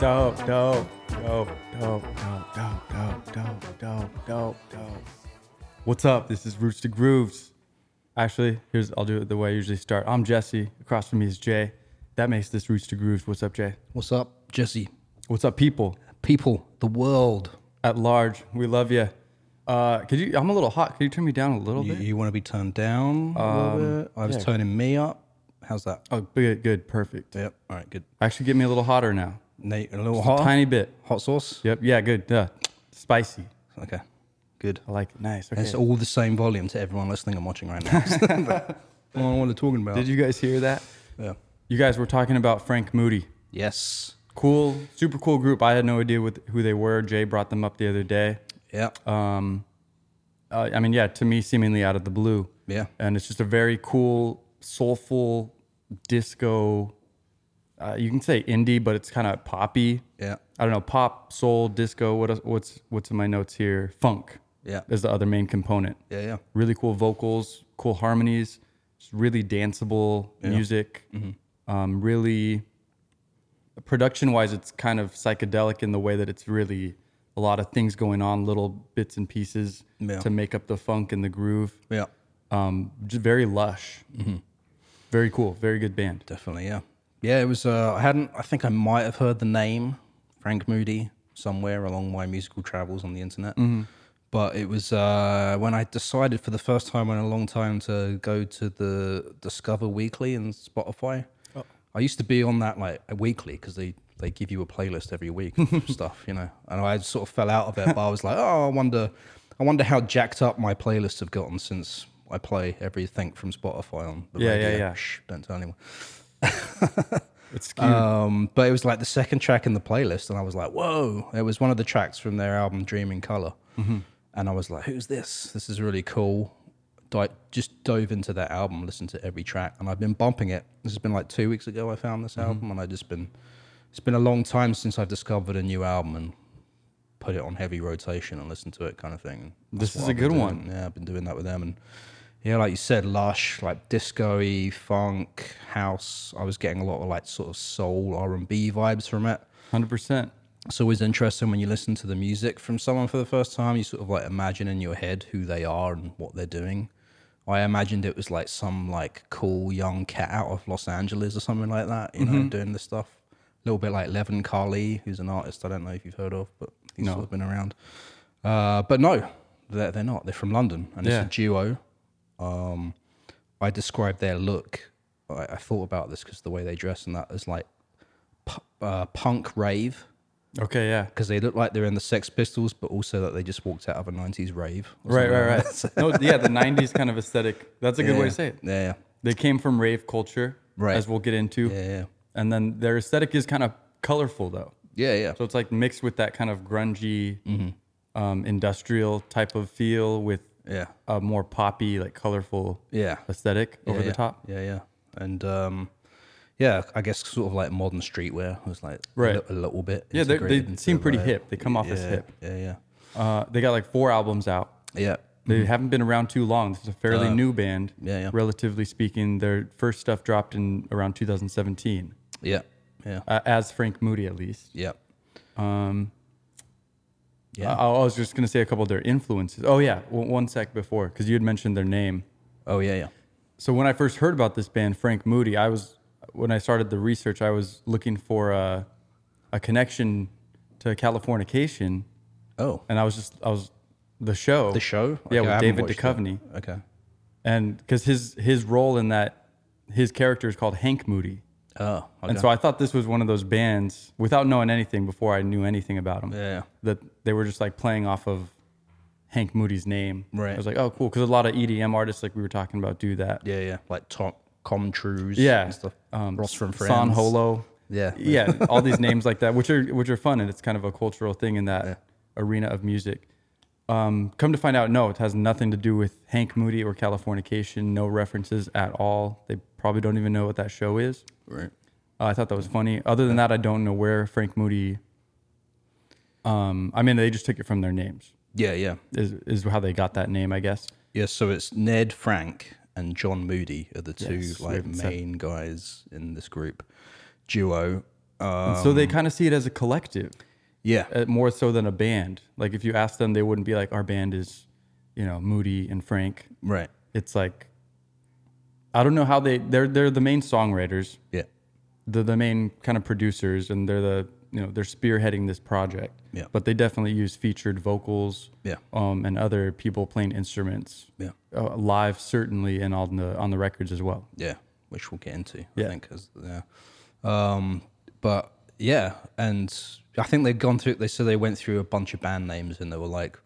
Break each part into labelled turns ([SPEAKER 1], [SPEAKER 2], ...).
[SPEAKER 1] dope, dope, dope, dope, dope, dope, dope, dope, dope, dope, dope. What's up? This is Roots to Grooves. Actually, here's I'll do it the way I usually start. I'm Jesse. Across from me is Jay. That makes this Roots to Grooves. What's up, Jay?
[SPEAKER 2] What's up, Jesse?
[SPEAKER 1] What's up, people
[SPEAKER 2] People, the world.
[SPEAKER 1] at large? We love you. Uh, could you? I'm a little hot. Could you turn me down a little
[SPEAKER 2] You,
[SPEAKER 1] bit?
[SPEAKER 2] want to be turned down a
[SPEAKER 1] Um,
[SPEAKER 2] little bit? I was turning me up. How's that?
[SPEAKER 1] Oh, good, good, perfect.
[SPEAKER 2] Yep. All right, good.
[SPEAKER 1] Actually, get me a little hotter now.
[SPEAKER 2] Nate, a little hot.
[SPEAKER 1] Tiny bit.
[SPEAKER 2] hot sauce.
[SPEAKER 1] Yep. Yeah. Good. Yeah. Spicy.
[SPEAKER 2] Okay, good.
[SPEAKER 1] I like it. Nice. Okay.
[SPEAKER 2] It's all the same volume to everyone listening and watching right now. I don't know what they're talking about.
[SPEAKER 1] Did you guys hear that?
[SPEAKER 2] Yeah.
[SPEAKER 1] You guys were talking about Frank Moody.
[SPEAKER 2] Yes.
[SPEAKER 1] Cool, super cool group. I had no idea what, who they were. Jay brought them up the other day.
[SPEAKER 2] Yeah.
[SPEAKER 1] Um, uh, I mean, yeah, to me, seemingly out of the blue.
[SPEAKER 2] Yeah.
[SPEAKER 1] And it's just a very cool, soulful disco. Uh, you can say indie, but it's kind of poppy.
[SPEAKER 2] Yeah.
[SPEAKER 1] I don't know, pop, soul, disco. What else, what's what's in my notes here? Funk.
[SPEAKER 2] Yeah.
[SPEAKER 1] Is the other main component.
[SPEAKER 2] Yeah. Yeah.
[SPEAKER 1] Really cool vocals, cool harmonies, just really danceable music.
[SPEAKER 2] Mm-hmm.
[SPEAKER 1] Um, really production wise, it's kind of psychedelic in the way that it's really a lot of things going on, little bits and pieces
[SPEAKER 2] Yeah.
[SPEAKER 1] to make up the funk and the groove.
[SPEAKER 2] Yeah.
[SPEAKER 1] Um, just very lush.
[SPEAKER 2] Mm-hmm.
[SPEAKER 1] Very cool. Very good band.
[SPEAKER 2] Definitely. Yeah. Yeah. It was. Uh, I hadn't. I think I might have heard the name Frank Moody somewhere along my musical travels on the internet.
[SPEAKER 1] Mm-hmm.
[SPEAKER 2] But it was uh, when I decided for the first time in a long time to go to the Discover Weekly and Spotify.
[SPEAKER 1] Oh.
[SPEAKER 2] I used to be on that like a weekly because they, they give you a playlist every week of stuff, you know. And I sort of fell out of it, but I was like, oh, I wonder, I wonder how jacked up my playlists have gotten since I play everything from Spotify on the
[SPEAKER 1] Yeah, yeah,
[SPEAKER 2] radio.
[SPEAKER 1] yeah.
[SPEAKER 2] Shh, don't tell anyone.
[SPEAKER 1] It's cute.
[SPEAKER 2] Um, but it was like the second track in the playlist, and I was like, "Whoa!" It was one of the tracks from their album "Dream in Color," and I was like, "Who's this? This is really cool." Di- just dove into that album, listened to every track, and I've been bumping it. This has been like two weeks ago. I found this album, and I just been. It's been a long time since I've discovered a new album and put it on heavy rotation and listened to it, kind of thing.
[SPEAKER 1] This
[SPEAKER 2] That's
[SPEAKER 1] is
[SPEAKER 2] what
[SPEAKER 1] a
[SPEAKER 2] I've been
[SPEAKER 1] good
[SPEAKER 2] doing.
[SPEAKER 1] one.
[SPEAKER 2] Yeah, I've been doing that with them, and yeah, like you said, lush, like disco-y, funk, house. I was getting a lot of like sort of soul R and B vibes from it.
[SPEAKER 1] 100%.
[SPEAKER 2] It's always interesting when you listen to the music from someone for the first time. You sort of like imagine in your head who they are and what they're doing. I imagined it was like some like cool young cat out of Los Angeles or something like that, you know, doing this stuff. A little bit like Levin Carly, who's an artist I don't know if you've heard of, but he's sort of been around. Uh, but no, they're, they're not. They're from London, and
[SPEAKER 1] Yeah.
[SPEAKER 2] it's a duo. Um, I described their look. I, I thought about this because the way they dress and that is like pu- uh, punk rave
[SPEAKER 1] Okay, yeah.
[SPEAKER 2] because they look like they're in the Sex Pistols, but also that they just walked out of a '90s rave. or
[SPEAKER 1] Right,
[SPEAKER 2] something.
[SPEAKER 1] right, right. no, yeah, the 90s kind of aesthetic. That's a good way to say it.
[SPEAKER 2] Yeah, yeah,
[SPEAKER 1] They came from rave culture,
[SPEAKER 2] Right.
[SPEAKER 1] as we'll get into.
[SPEAKER 2] yeah, yeah,
[SPEAKER 1] And then their aesthetic is kind of colorful, though.
[SPEAKER 2] yeah, yeah.
[SPEAKER 1] So it's like mixed with that kind of grungy,
[SPEAKER 2] Mm-hmm.
[SPEAKER 1] um, industrial type of feel with
[SPEAKER 2] Yeah.
[SPEAKER 1] a more poppy, like colorful
[SPEAKER 2] Yeah.
[SPEAKER 1] aesthetic over
[SPEAKER 2] yeah,
[SPEAKER 1] the top.
[SPEAKER 2] Yeah, yeah, and um, yeah, I guess sort of like modern streetwear was like a
[SPEAKER 1] Right.
[SPEAKER 2] li- a, little bit.
[SPEAKER 1] Yeah, they,
[SPEAKER 2] integrated
[SPEAKER 1] they
[SPEAKER 2] into,
[SPEAKER 1] seem pretty
[SPEAKER 2] like-
[SPEAKER 1] hip. They come off as
[SPEAKER 2] yeah,
[SPEAKER 1] hip.
[SPEAKER 2] Yeah, yeah,
[SPEAKER 1] Uh, they got like four albums out.
[SPEAKER 2] yeah,
[SPEAKER 1] They haven't been around too long. This is a fairly new band,
[SPEAKER 2] Mm-hmm. Uh, yeah, yeah.
[SPEAKER 1] relatively speaking. Their first stuff dropped in around 2017,
[SPEAKER 2] yeah, yeah,
[SPEAKER 1] uh, um, as Frank Moody at least.
[SPEAKER 2] yeah.
[SPEAKER 1] Yeah. I, I was just gonna say a couple of their influences. Oh yeah, one one sec before, because you had mentioned their name.
[SPEAKER 2] Oh yeah, yeah,
[SPEAKER 1] So when I first heard about this band, Frank Moody, I was when I started the research, I was looking for a, a connection to Californication,
[SPEAKER 2] Oh,
[SPEAKER 1] and I was just I was the show,
[SPEAKER 2] the show. Okay,
[SPEAKER 1] yeah,
[SPEAKER 2] I
[SPEAKER 1] with
[SPEAKER 2] haven't
[SPEAKER 1] David
[SPEAKER 2] watched it.
[SPEAKER 1] Duchovny,
[SPEAKER 2] Okay.
[SPEAKER 1] and because his his role in that his character is called Hank Moody,
[SPEAKER 2] Oh, okay.
[SPEAKER 1] and so I thought this was one of those bands without knowing anything before I knew anything about them.
[SPEAKER 2] yeah,
[SPEAKER 1] that they were just like playing off of Hank Moody's name.
[SPEAKER 2] Right.
[SPEAKER 1] I was like, oh, cool, because a lot of EDM artists, like we were talking about, do that.
[SPEAKER 2] yeah, yeah. Like Tom, Com Trues.
[SPEAKER 1] Yeah.
[SPEAKER 2] and stuff. Ross from Friends.
[SPEAKER 1] Um, San Holo.
[SPEAKER 2] Yeah.
[SPEAKER 1] yeah, all these names like that, which are which are fun, and it's kind of a cultural thing in that arena of music. Um, come to find out, no, it has nothing to do with Hank Moody or Californication. No references at all. They probably don't even know what that show is.
[SPEAKER 2] Right.
[SPEAKER 1] Uh, I thought that was funny. Other than that, I don't know where Frank Moody. Um, I mean, they just took it from their names.
[SPEAKER 2] Yeah, yeah.
[SPEAKER 1] is is how they got that name, I guess.
[SPEAKER 2] Yeah, so it's Ned Frank and John Moody are the two
[SPEAKER 1] Yes, we
[SPEAKER 2] like
[SPEAKER 1] haven't said-
[SPEAKER 2] main guys in this group duo. Uh,
[SPEAKER 1] And so
[SPEAKER 2] Um,
[SPEAKER 1] they kind of see it as a collective,
[SPEAKER 2] Yeah.
[SPEAKER 1] uh, more so than a band. Like if you ask them, they wouldn't be like, "Our band is, you know, Moody and Frank."
[SPEAKER 2] Right.
[SPEAKER 1] It's like, I don't know how they they're they're the main songwriters,
[SPEAKER 2] Yeah.
[SPEAKER 1] they're the main kind of producers, and they're the you know they're spearheading this project.
[SPEAKER 2] Yeah.
[SPEAKER 1] But they definitely use featured vocals,
[SPEAKER 2] Yeah.
[SPEAKER 1] um, and other people playing instruments,
[SPEAKER 2] Yeah.
[SPEAKER 1] uh, live certainly, and on the on the records as well.
[SPEAKER 2] Yeah. Which we'll get into, I
[SPEAKER 1] Yeah.
[SPEAKER 2] think. 'cause- yeah. Um, but yeah. And I think they've gone through, they said they went through a bunch of band names and they were like,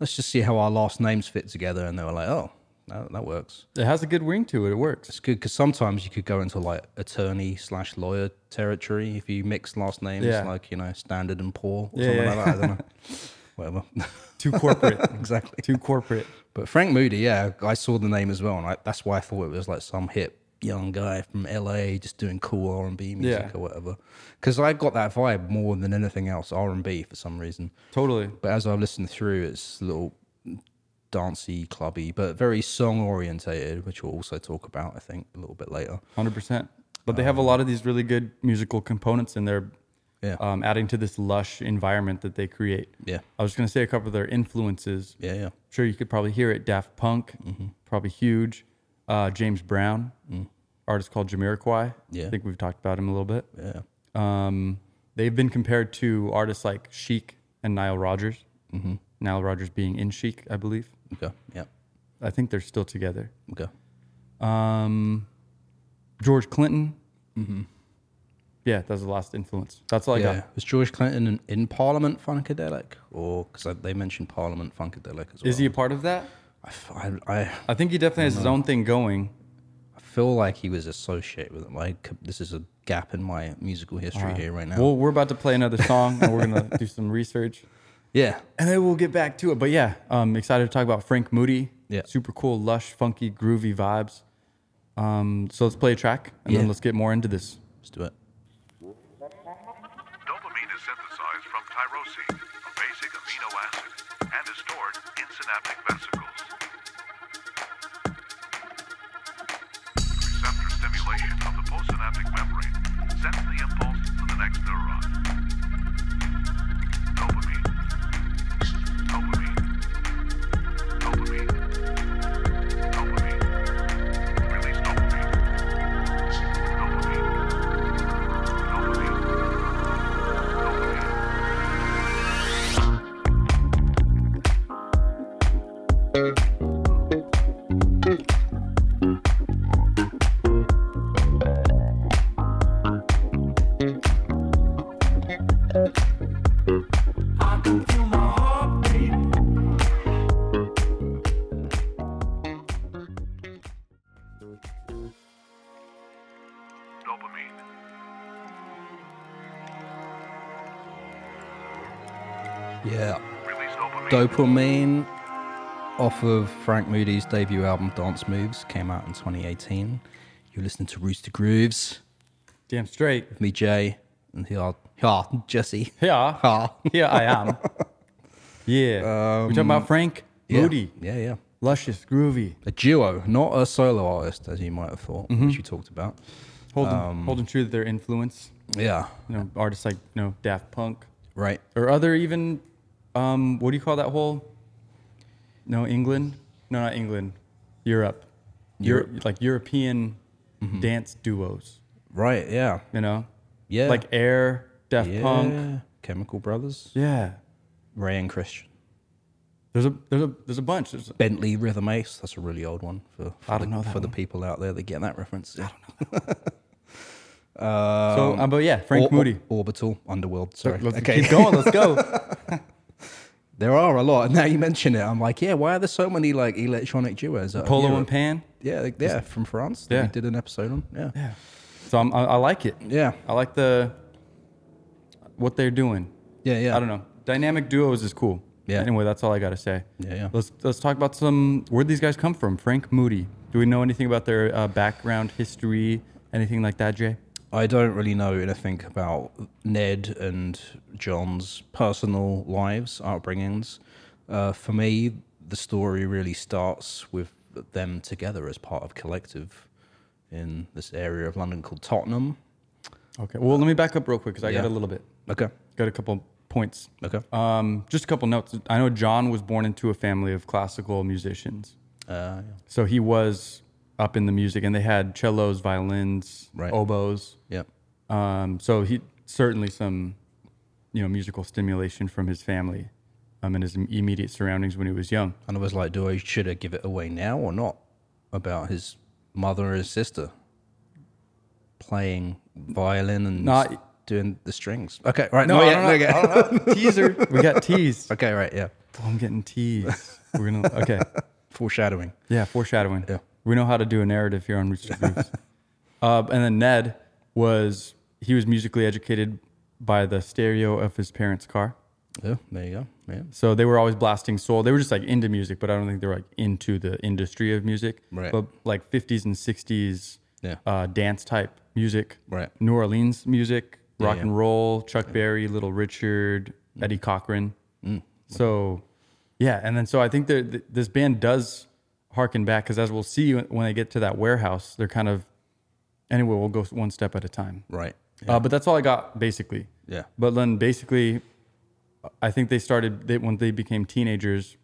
[SPEAKER 2] let's just see how our last names fit together. And they were like, oh, that, that works.
[SPEAKER 1] It has a good ring to it. It works.
[SPEAKER 2] It's good because sometimes you could go into like attorney slash lawyer territory if you mix last names,
[SPEAKER 1] Yeah.
[SPEAKER 2] like you know, standard and poor or
[SPEAKER 1] Yeah,
[SPEAKER 2] something
[SPEAKER 1] yeah.
[SPEAKER 2] like that. I don't know. Whatever,
[SPEAKER 1] Too corporate.
[SPEAKER 2] exactly.
[SPEAKER 1] Too corporate.
[SPEAKER 2] But Frank Moody, yeah, I saw the name as well, and I, that's why I thought it was like some hip young guy from LA just doing cool R and B music
[SPEAKER 1] Yeah.
[SPEAKER 2] or whatever. Because I got that vibe more than anything else, R and B for some reason.
[SPEAKER 1] Totally.
[SPEAKER 2] But as I've listened through, it's a little dancey, clubby, but very song orientated, which we'll also talk about, I think, a little bit later.
[SPEAKER 1] Hundred percent. But they have a lot of these really good musical components in there,
[SPEAKER 2] Yeah.
[SPEAKER 1] um, adding to this lush environment that they create.
[SPEAKER 2] Yeah.
[SPEAKER 1] I was going to say a couple of their influences.
[SPEAKER 2] Yeah, Mm-hmm. yeah.
[SPEAKER 1] sure you could probably hear it. Daft Punk, probably huge. Uh, James Brown, artist called Jamiroquai.
[SPEAKER 2] Mm. Yeah.
[SPEAKER 1] I think we've talked about him a little bit.
[SPEAKER 2] Yeah.
[SPEAKER 1] Um, they've been compared to artists like Chic and Nile Rodgers. Mm-hmm. Nile Rodgers being in Chic, I believe.
[SPEAKER 2] Okay. Yeah.
[SPEAKER 1] I think they're still together.
[SPEAKER 2] Okay.
[SPEAKER 1] Um, George Clinton. Mm-hmm. Yeah, that was the last influence. That's all I
[SPEAKER 2] yeah.
[SPEAKER 1] got.
[SPEAKER 2] Was uh, George Clinton in, in Parliament Funkadelic? Or because they mentioned Parliament Funkadelic as well.
[SPEAKER 1] Is he a part of that?
[SPEAKER 2] I, f- I- I-
[SPEAKER 1] I think he definitely has his own thing going.
[SPEAKER 2] I feel like he was associated with it. Like this is a gap in my musical history here right now.
[SPEAKER 1] Well, we're about to play another song and we're going to do some research
[SPEAKER 2] yeah.
[SPEAKER 1] and then we'll get back to it. But yeah, I'm excited to talk about Frank Moody.
[SPEAKER 2] Yeah.
[SPEAKER 1] Super cool, lush, funky, groovy vibes. Um, so let's play a track and
[SPEAKER 2] Yeah.
[SPEAKER 1] then let's get more into this.
[SPEAKER 2] Let's do it.
[SPEAKER 3] Dopamine is synthesized from tyrosine, a basic amino acid, and is stored in synaptic vesicles. Receptor stimulation of the postsynaptic membrane sends the impulse to the next neuron. Dopamine. Dopamine. Dopamine. Dopamine. Release dopamine. Dopamine. Dopamine. Dopamine. Dopamine.
[SPEAKER 2] Yeah.
[SPEAKER 3] Release dopamine.
[SPEAKER 2] Dopamine off of Frank Moody's debut album Dance Moves came out in 2018. You're listening to Rooster Grooves
[SPEAKER 1] Damn straight.
[SPEAKER 2] with me, Jay, and here are, here are Jesse.
[SPEAKER 1] Yeah.
[SPEAKER 2] Ha.
[SPEAKER 1] Yeah, I am. yeah. we talking about Frank
[SPEAKER 2] Um, Yeah.
[SPEAKER 1] Moody.
[SPEAKER 2] Yeah, yeah.
[SPEAKER 1] Luscious, groovy.
[SPEAKER 2] a duo, not a solo artist, as you might have thought,
[SPEAKER 1] Mm-hmm.
[SPEAKER 2] which you talked about.
[SPEAKER 1] holding
[SPEAKER 2] Um,
[SPEAKER 1] holding true to their influence.
[SPEAKER 2] Yeah,
[SPEAKER 1] You know, artists like you know Daft Punk
[SPEAKER 2] right.
[SPEAKER 1] or other even um, what do you call that whole? No, England. No, not England. Europe. Europe, like European
[SPEAKER 2] Mm-hmm.
[SPEAKER 1] dance duos.
[SPEAKER 2] Right, yeah.
[SPEAKER 1] You know,
[SPEAKER 2] Yeah.
[SPEAKER 1] like Air, Daft
[SPEAKER 2] yeah.
[SPEAKER 1] Punk.
[SPEAKER 2] Chemical Brothers,
[SPEAKER 1] Yeah.
[SPEAKER 2] Ray and Christian.
[SPEAKER 1] There's a there's a there's a bunch. There's
[SPEAKER 2] Bentley Rhythm Ace, that's a really old one for, for,
[SPEAKER 1] I
[SPEAKER 2] the,
[SPEAKER 1] don't know that
[SPEAKER 2] for the people out there that get that reference. I don't know.
[SPEAKER 1] so, um, but yeah, Frank Moody.
[SPEAKER 2] Orbital, Underworld, oh, sorry.
[SPEAKER 1] Let's keep going. Let's go.
[SPEAKER 2] There are a lot. Now you mention it, I'm like, yeah, why are there so many like electronic duos? out of
[SPEAKER 1] Polo and
[SPEAKER 2] Europe?
[SPEAKER 1] Pan.
[SPEAKER 2] Yeah, like, yeah, from France. Yeah.
[SPEAKER 1] Yeah.
[SPEAKER 2] we did an episode on. Yeah.
[SPEAKER 1] Yeah. So I'm, I, I like it.
[SPEAKER 2] Yeah.
[SPEAKER 1] I like the what they're doing.
[SPEAKER 2] Yeah, yeah.
[SPEAKER 1] I don't know. Dynamic duos is cool.
[SPEAKER 2] Yeah.
[SPEAKER 1] Anyway, that's all I gotta say.
[SPEAKER 2] Yeah, yeah.
[SPEAKER 1] Let's let's talk about some where'd these guys come from? Frank Moody. Do we know anything about their uh, background, history, anything like that, Jay?
[SPEAKER 2] I don't really know anything about Ned and John's personal lives, upbringings. Uh, for me, the story really starts with them together as part of collective in this area of London called Tottenham.
[SPEAKER 1] Okay. Well, let me back up real quick because I got
[SPEAKER 2] Yeah.
[SPEAKER 1] a little bit,
[SPEAKER 2] Okay.
[SPEAKER 1] got a couple points.
[SPEAKER 2] Okay.
[SPEAKER 1] Um, just a couple notes. I know John was born into a family of classical musicians.
[SPEAKER 2] Uh,
[SPEAKER 1] So he was up in the music, and they had cellos, violins,
[SPEAKER 2] Right.
[SPEAKER 1] oboes.
[SPEAKER 2] yeah.
[SPEAKER 1] Um, so he certainly some, you know, musical stimulation from his family, um, and his immediate surroundings when he was young.
[SPEAKER 2] And I was like, do I should I give it away now or not? About his mother and his sister playing violin and
[SPEAKER 1] No,
[SPEAKER 2] s-
[SPEAKER 1] I-
[SPEAKER 2] doing the strings. Okay, right.
[SPEAKER 1] No,
[SPEAKER 2] not
[SPEAKER 1] I
[SPEAKER 2] yet,
[SPEAKER 1] don't know.
[SPEAKER 2] not yet.
[SPEAKER 1] I don't know. Teaser. We got teased.
[SPEAKER 2] okay, right. Yeah.
[SPEAKER 1] Oh, I'm getting teased. We're gonna okay.
[SPEAKER 2] Foreshadowing.
[SPEAKER 1] Yeah, foreshadowing.
[SPEAKER 2] Yeah.
[SPEAKER 1] We know how to do a narrative here on Roots to Grooves. uh, and then Ned was he was musically educated by the stereo of his parents' car.
[SPEAKER 2] Yeah, there you go. Yeah.
[SPEAKER 1] So they were always blasting soul. They were just like into music, but I don't think they were like into the industry of music.
[SPEAKER 2] Right.
[SPEAKER 1] But like 50s and 60s
[SPEAKER 2] Yeah.
[SPEAKER 1] uh, dance type music.
[SPEAKER 2] Right.
[SPEAKER 1] New Orleans music,
[SPEAKER 2] Yeah,
[SPEAKER 1] rock
[SPEAKER 2] yeah. Mm.
[SPEAKER 1] and roll, Chuck Berry, Little Richard, Eddie Cochran. So, yeah. And then so I think that th- this band does harken back because as we'll see when they get to that warehouse, they're kind of, anyway, we'll go one step at a time.
[SPEAKER 2] Right.
[SPEAKER 1] Uh, but that's all I got basically.
[SPEAKER 2] Yeah.
[SPEAKER 1] But then basically, I think they started they, when they became teenagers.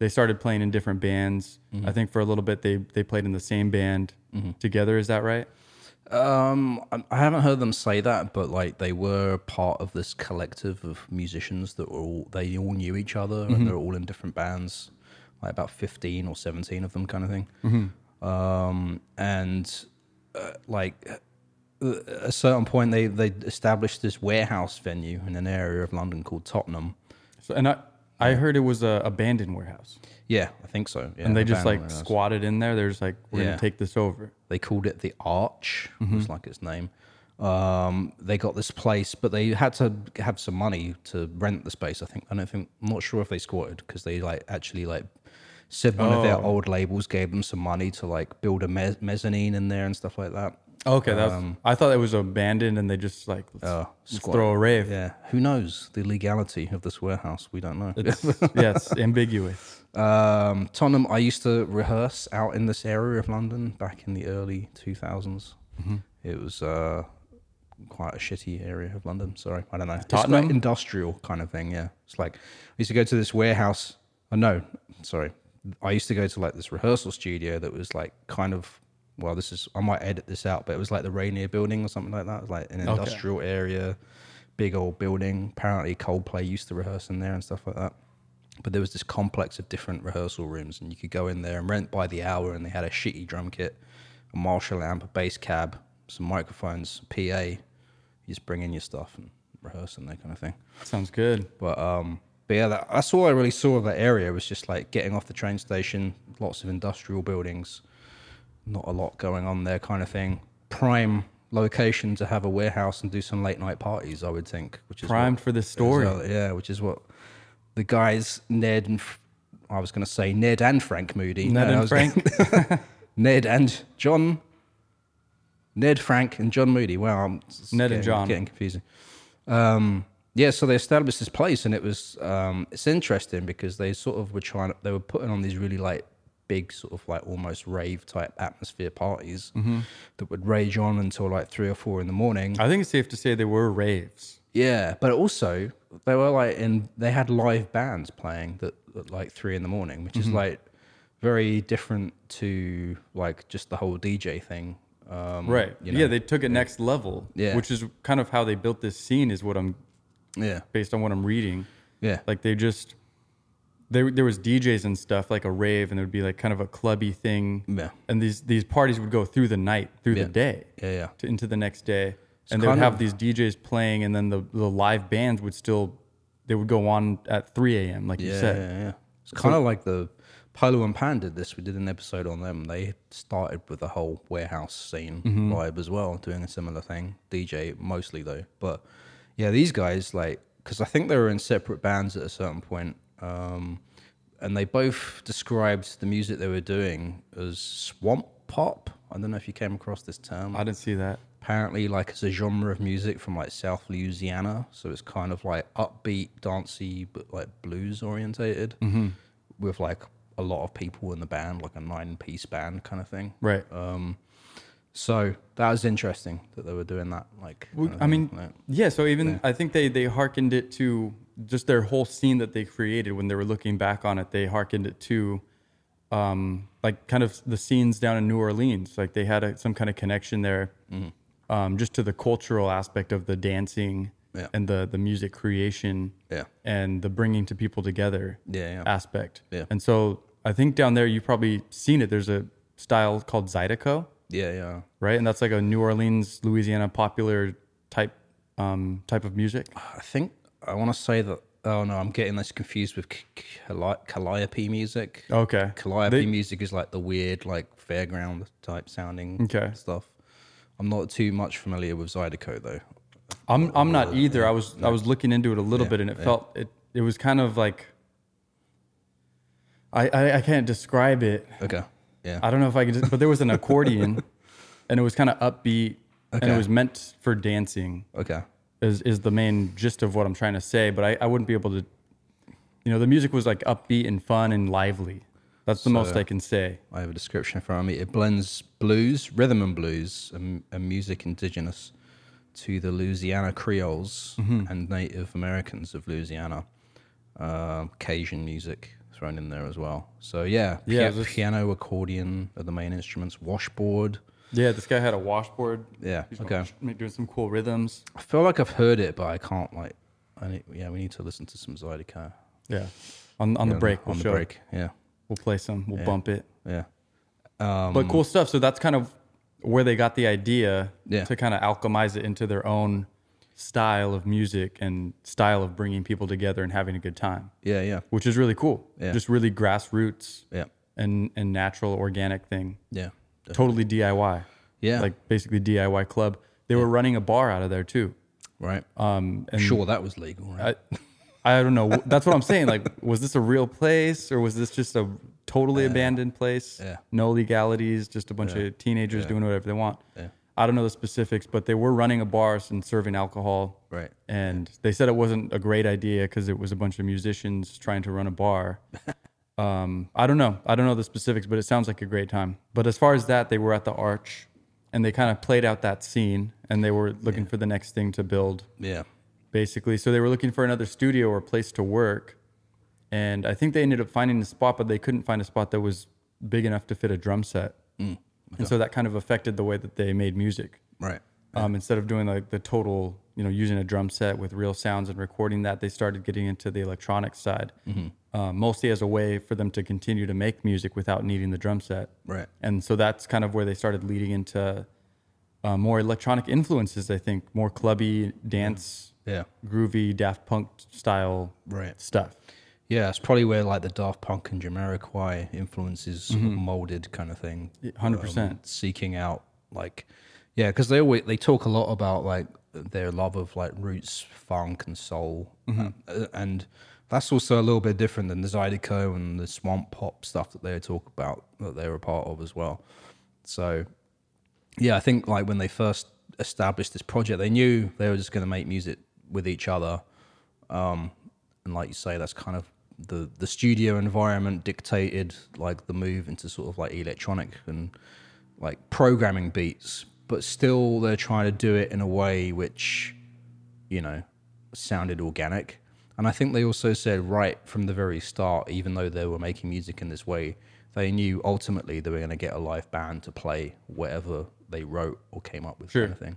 [SPEAKER 1] They started playing in different bands.
[SPEAKER 2] Mm-hmm.
[SPEAKER 1] I think for a little bit they they played in the same band together. Is that right?
[SPEAKER 2] Um, I- I haven't heard them say that, but like they were part of this collective of musicians that were all they all knew each other
[SPEAKER 1] Mm-hmm.
[SPEAKER 2] and they're all in different bands, like about fifteen or seventeen of them, kind of thing.
[SPEAKER 1] Mm-hmm.
[SPEAKER 2] Um, and uh, like at a certain point, they they established this warehouse venue in an area of London called Tottenham.
[SPEAKER 1] So and I I heard it was a abandoned warehouse,
[SPEAKER 2] Yeah, I think so. Yeah,
[SPEAKER 1] and they
[SPEAKER 2] the
[SPEAKER 1] just
[SPEAKER 2] band
[SPEAKER 1] like
[SPEAKER 2] warehouse.
[SPEAKER 1] squatted in there. They're just like, we're
[SPEAKER 2] Yeah.
[SPEAKER 1] gonna take this over.
[SPEAKER 2] They called it the Arch, was like its name. Um, they got this place, but they had to have some money to rent the space. I think I don't think I'm not sure if they squatted because they like actually like said one of their
[SPEAKER 1] Oh.
[SPEAKER 2] old labels gave them some money to like build a mez- mezzanine in there and stuff like that. Oh,
[SPEAKER 1] Okay, that was, Um, I thought it was abandoned, and they just like let's, let's
[SPEAKER 2] squat.
[SPEAKER 1] throw a rave.
[SPEAKER 2] Yeah, who knows the legality of this warehouse? We don't know.
[SPEAKER 1] It's, yeah, it's ambiguous.
[SPEAKER 2] Um, Tottenham, I used to rehearse out in this area of London back in the early 2000s. It was uh, quite a shitty area of London. Sorry, I don't know. It's
[SPEAKER 1] Tottenham?
[SPEAKER 2] like industrial kind of thing. Yeah, it's like I used to go to this warehouse. Oh, no, sorry. I used to go to like this rehearsal studio that was like kind of. Well, this is I might edit this out, but it was like the Rainier Building or something like that. It was like an industrial area, big old building. Apparently, Coldplay used to rehearse in there and stuff like that but there was this complex of different rehearsal rooms and you could go in there and rent by the hour and they had a shitty drum kit a marshall amp a bass cab some microphones pa you just bring in your stuff and rehearse and that kind of thing
[SPEAKER 1] Sounds good.
[SPEAKER 2] but um but yeah that, that's all i really saw of that area was just like getting off the train station lots of industrial buildings not a lot going on there kind of thing prime location to have a warehouse and do some late night parties i would think which is what-
[SPEAKER 1] Primed for this story.
[SPEAKER 2] as well, yeah, which is what the guys Ned and F- I was going to say Ned and Frank Moody. No,
[SPEAKER 1] Ned
[SPEAKER 2] I
[SPEAKER 1] and
[SPEAKER 2] was
[SPEAKER 1] Frank.
[SPEAKER 2] Ned and John. Ned, Frank, and John Moody. Wow, I'm s-
[SPEAKER 1] Ned and
[SPEAKER 2] getting-
[SPEAKER 1] John.
[SPEAKER 2] getting confusing. Um, yeah, so they established this place, and it was um, it's interesting because they sort of were trying. They were putting on these really like big, sort of like almost rave type atmosphere parties
[SPEAKER 1] Mm-hmm.
[SPEAKER 2] that would rage on until like three or four in the morning.
[SPEAKER 1] I think it's safe to say they were raves.
[SPEAKER 2] Yeah, but also they were like in they had live bands playing that at like three in the morning, which is like very different to like just the whole DJ thing. Um,
[SPEAKER 1] Right.
[SPEAKER 2] you
[SPEAKER 1] Yeah,
[SPEAKER 2] know.
[SPEAKER 1] they took it next level.
[SPEAKER 2] Yeah.
[SPEAKER 1] Which is kind of how they built this scene is what I'm
[SPEAKER 2] yeah,
[SPEAKER 1] based on what I'm reading.
[SPEAKER 2] yeah,
[SPEAKER 1] Like they just there there was DJs and stuff, like a rave, and there'd be like kind of a clubby thing.
[SPEAKER 2] Yeah.
[SPEAKER 1] And these these parties would go through the night, through
[SPEAKER 2] Yeah.
[SPEAKER 1] the day.
[SPEAKER 2] Yeah, yeah.
[SPEAKER 1] To, into the next day. and they would
[SPEAKER 2] kind
[SPEAKER 1] have
[SPEAKER 2] of-
[SPEAKER 1] these DJs playing and then the, the live bands would still they would go on at three AM, like you
[SPEAKER 2] yeah,
[SPEAKER 1] said.
[SPEAKER 2] yeah, yeah. It's kind of like the Polo and Pan did this. We did an episode on them. They started with the whole warehouse scene vibe as well, doing a similar thing. DJ mostly though, but yeah, these guys like because I think they were in separate bands at a certain point, um, and they both described the music they were doing as swamp pop. I don't know if you came across this term
[SPEAKER 1] I didn't see that.
[SPEAKER 2] apparently like it's a genre of music from like south louisiana so it's kind of like upbeat dancey but like blues orientated
[SPEAKER 1] Mm-hmm.
[SPEAKER 2] with like a lot of people in the band like a nine piece band kind of thing
[SPEAKER 1] Right.
[SPEAKER 2] um So that was interesting that they were doing that. Like,
[SPEAKER 1] Well,
[SPEAKER 2] kind of
[SPEAKER 1] I
[SPEAKER 2] thing,
[SPEAKER 1] mean,
[SPEAKER 2] like-
[SPEAKER 1] yeah. So even I think they they hearkened it to just their whole scene that they created when they were looking back on it. They hearkened it to, um, like kind of the scenes down in New Orleans. Like they had a, some kind of connection there,
[SPEAKER 2] Mm-hmm.
[SPEAKER 1] um, just to the cultural aspect of the dancing
[SPEAKER 2] Yeah.
[SPEAKER 1] and the the music creation,
[SPEAKER 2] Yeah.
[SPEAKER 1] and the bringing to people together,
[SPEAKER 2] Yeah, yeah.
[SPEAKER 1] aspect.
[SPEAKER 2] Yeah.
[SPEAKER 1] And so I think down there you've probably seen it. There's a style called Zydeco
[SPEAKER 2] yeah, yeah.
[SPEAKER 1] right? And that's like a New Orleans, Louisiana popular type um, type of music.
[SPEAKER 2] I think I want to say that. Oh no, I'm getting this confused with Ca- Cali- Calliope music.
[SPEAKER 1] Okay.
[SPEAKER 2] Calliope
[SPEAKER 1] Oh, They-
[SPEAKER 2] music is like the weird, like fairground type sounding
[SPEAKER 1] Okay.
[SPEAKER 2] stuff. I'm not too much familiar with Zydeco though.
[SPEAKER 1] I'm I'm not either. I was I was looking into it a little bit, and it felt it it was kind of like I I, I can't describe it.
[SPEAKER 2] Okay. Yeah.
[SPEAKER 1] I don't know if I can, just, but there was an accordion, and it was kind of upbeat, and it
[SPEAKER 2] Okay.
[SPEAKER 1] was meant for dancing.
[SPEAKER 2] okay.
[SPEAKER 1] is is the main gist of what I'm trying to say, but I, I wouldn't be able to you know, the music was like upbeat and fun and lively. That's the most I can say.
[SPEAKER 2] I have a description from it. It blends blues, rhythm and blues, and, and music indigenous to the Louisiana Creoles
[SPEAKER 1] Mm-hmm.
[SPEAKER 2] and Native Americans of Louisiana. Um Cajun music thrown in there as well. So yeah,
[SPEAKER 1] Yeah,
[SPEAKER 2] pia-
[SPEAKER 1] this-
[SPEAKER 2] piano, accordion are the main instruments. Washboard.
[SPEAKER 1] Yeah, this guy had a washboard.
[SPEAKER 2] Yeah.
[SPEAKER 1] He's
[SPEAKER 2] Okay.
[SPEAKER 1] doing some cool rhythms.
[SPEAKER 2] I feel like I've heard it, but I can't like. I need, yeah, we need to listen to some Zydeco
[SPEAKER 1] Yeah. On on the break,
[SPEAKER 2] on
[SPEAKER 1] we'll
[SPEAKER 2] the
[SPEAKER 1] show.
[SPEAKER 2] break. Yeah,
[SPEAKER 1] We'll play some. We'll bump it.
[SPEAKER 2] yeah. Um,
[SPEAKER 1] but cool stuff. So that's kind of where they got the idea
[SPEAKER 2] Yeah.
[SPEAKER 1] to kind of alchemize it into their own style of music and style of bringing people together and having a good time,
[SPEAKER 2] Yeah, yeah,
[SPEAKER 1] which is really cool.
[SPEAKER 2] Yeah.
[SPEAKER 1] Just really grassroots.
[SPEAKER 2] yeah,
[SPEAKER 1] and and natural organic thing.
[SPEAKER 2] yeah.
[SPEAKER 1] Totally DIY.
[SPEAKER 2] Yeah.
[SPEAKER 1] Like basically DIY club. They were running a bar out of there too.
[SPEAKER 2] Right.
[SPEAKER 1] Um and
[SPEAKER 2] sure, that was legal, right?
[SPEAKER 1] I, I don't know. That's what I'm saying. Like was this a real place or was this just a totally abandoned place?
[SPEAKER 2] yeah.
[SPEAKER 1] No legalities, just a bunch of teenagers doing whatever they want.
[SPEAKER 2] Yeah.
[SPEAKER 1] I don't know the specifics, but they were running a bar and serving alcohol.
[SPEAKER 2] Right.
[SPEAKER 1] And they said it wasn't a great idea because it was a bunch of musicians trying to run a bar. Um, I don't know. I don't know the specifics, but it sounds like a great time. But as far as that, they were at the arch and they kind of played out that scene and they were looking for the next thing to build
[SPEAKER 2] yeah.
[SPEAKER 1] basically. So they were looking for another studio or place to work. And I think they ended up finding a spot, but they couldn't find a spot that was big enough to fit a drum set. And so that kind of affected the way that they made music.
[SPEAKER 2] Right.
[SPEAKER 1] Um, instead of doing like the total, you know, using a drum set with real sounds and recording that, they started getting into the electronic side, uh, mostly as a way for them to continue to make music without needing the drum set.
[SPEAKER 2] Right.
[SPEAKER 1] And so that's kind of where they started leading into uh, more electronic influences, I think, more clubby dance,
[SPEAKER 2] Yeah.
[SPEAKER 1] groovy Daft Punk style
[SPEAKER 2] Right.
[SPEAKER 1] stuff.
[SPEAKER 2] Yeah, it's probably where like the Daft Punk and Jamiroquai influences molded kind of thing.
[SPEAKER 1] Mm-hmm.
[SPEAKER 2] Um,
[SPEAKER 1] hundred percent.
[SPEAKER 2] Seeking out like, yeah, because they always they talk a lot about like their love of like roots, funk, and soul,
[SPEAKER 1] Mm-hmm.
[SPEAKER 2] Uh, and that's also a little bit different than the Zydeco and the swamp pop stuff that they talk about that they were a part of as well. So yeah, I think like when they first established this project, they knew they were just going to make music with each other. Um, and like you say, that's kind of the the studio environment dictated like the move into sort of like electronic and like programming beats, but still they're trying to do it in a way which, you know, sounded organic. And I think they also said right from the very start, even though they were making music in this way, they knew ultimately they were going to get a live band to play whatever they wrote or came up with, kind of thing.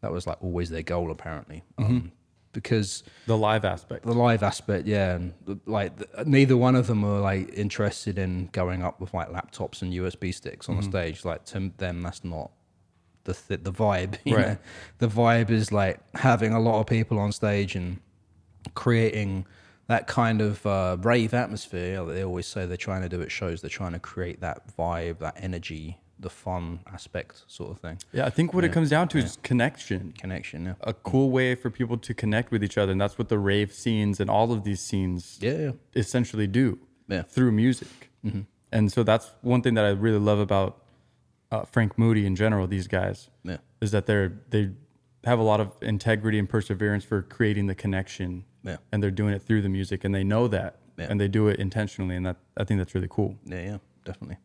[SPEAKER 2] That was like always their goal, apparently, um, because
[SPEAKER 1] The live aspect.
[SPEAKER 2] the live aspect, yeah, and like th- neither one of them were like interested in going up with like laptops and USB sticks on the stage. Like to them, that's not the th- the vibe. You
[SPEAKER 1] Right.
[SPEAKER 2] know? The vibe is like having a lot of people on stage and creating that kind of uh, rave atmosphere that they always say they're trying to do at shows. They're trying to create that vibe, that energy, the fun aspect, sort of thing.
[SPEAKER 1] Yeah, I think what it comes down to is connection.
[SPEAKER 2] Connection, yeah,
[SPEAKER 1] A cool way for people to connect with each other, and that's what the rave scenes and all of these scenes
[SPEAKER 2] yeah, yeah.
[SPEAKER 1] essentially do
[SPEAKER 2] Yeah. Mm-hmm.
[SPEAKER 1] through music. And so that's one thing that I really love about uh, Frank Moody in general. These guys
[SPEAKER 2] Yeah.
[SPEAKER 1] is that they're they have a lot of integrity and perseverance for creating the connection,
[SPEAKER 2] Yeah.
[SPEAKER 1] and they're doing it through the music, and they know that,
[SPEAKER 2] Yeah.
[SPEAKER 1] and they do it intentionally, and that I think that's really cool.
[SPEAKER 2] Yeah, yeah, definitely.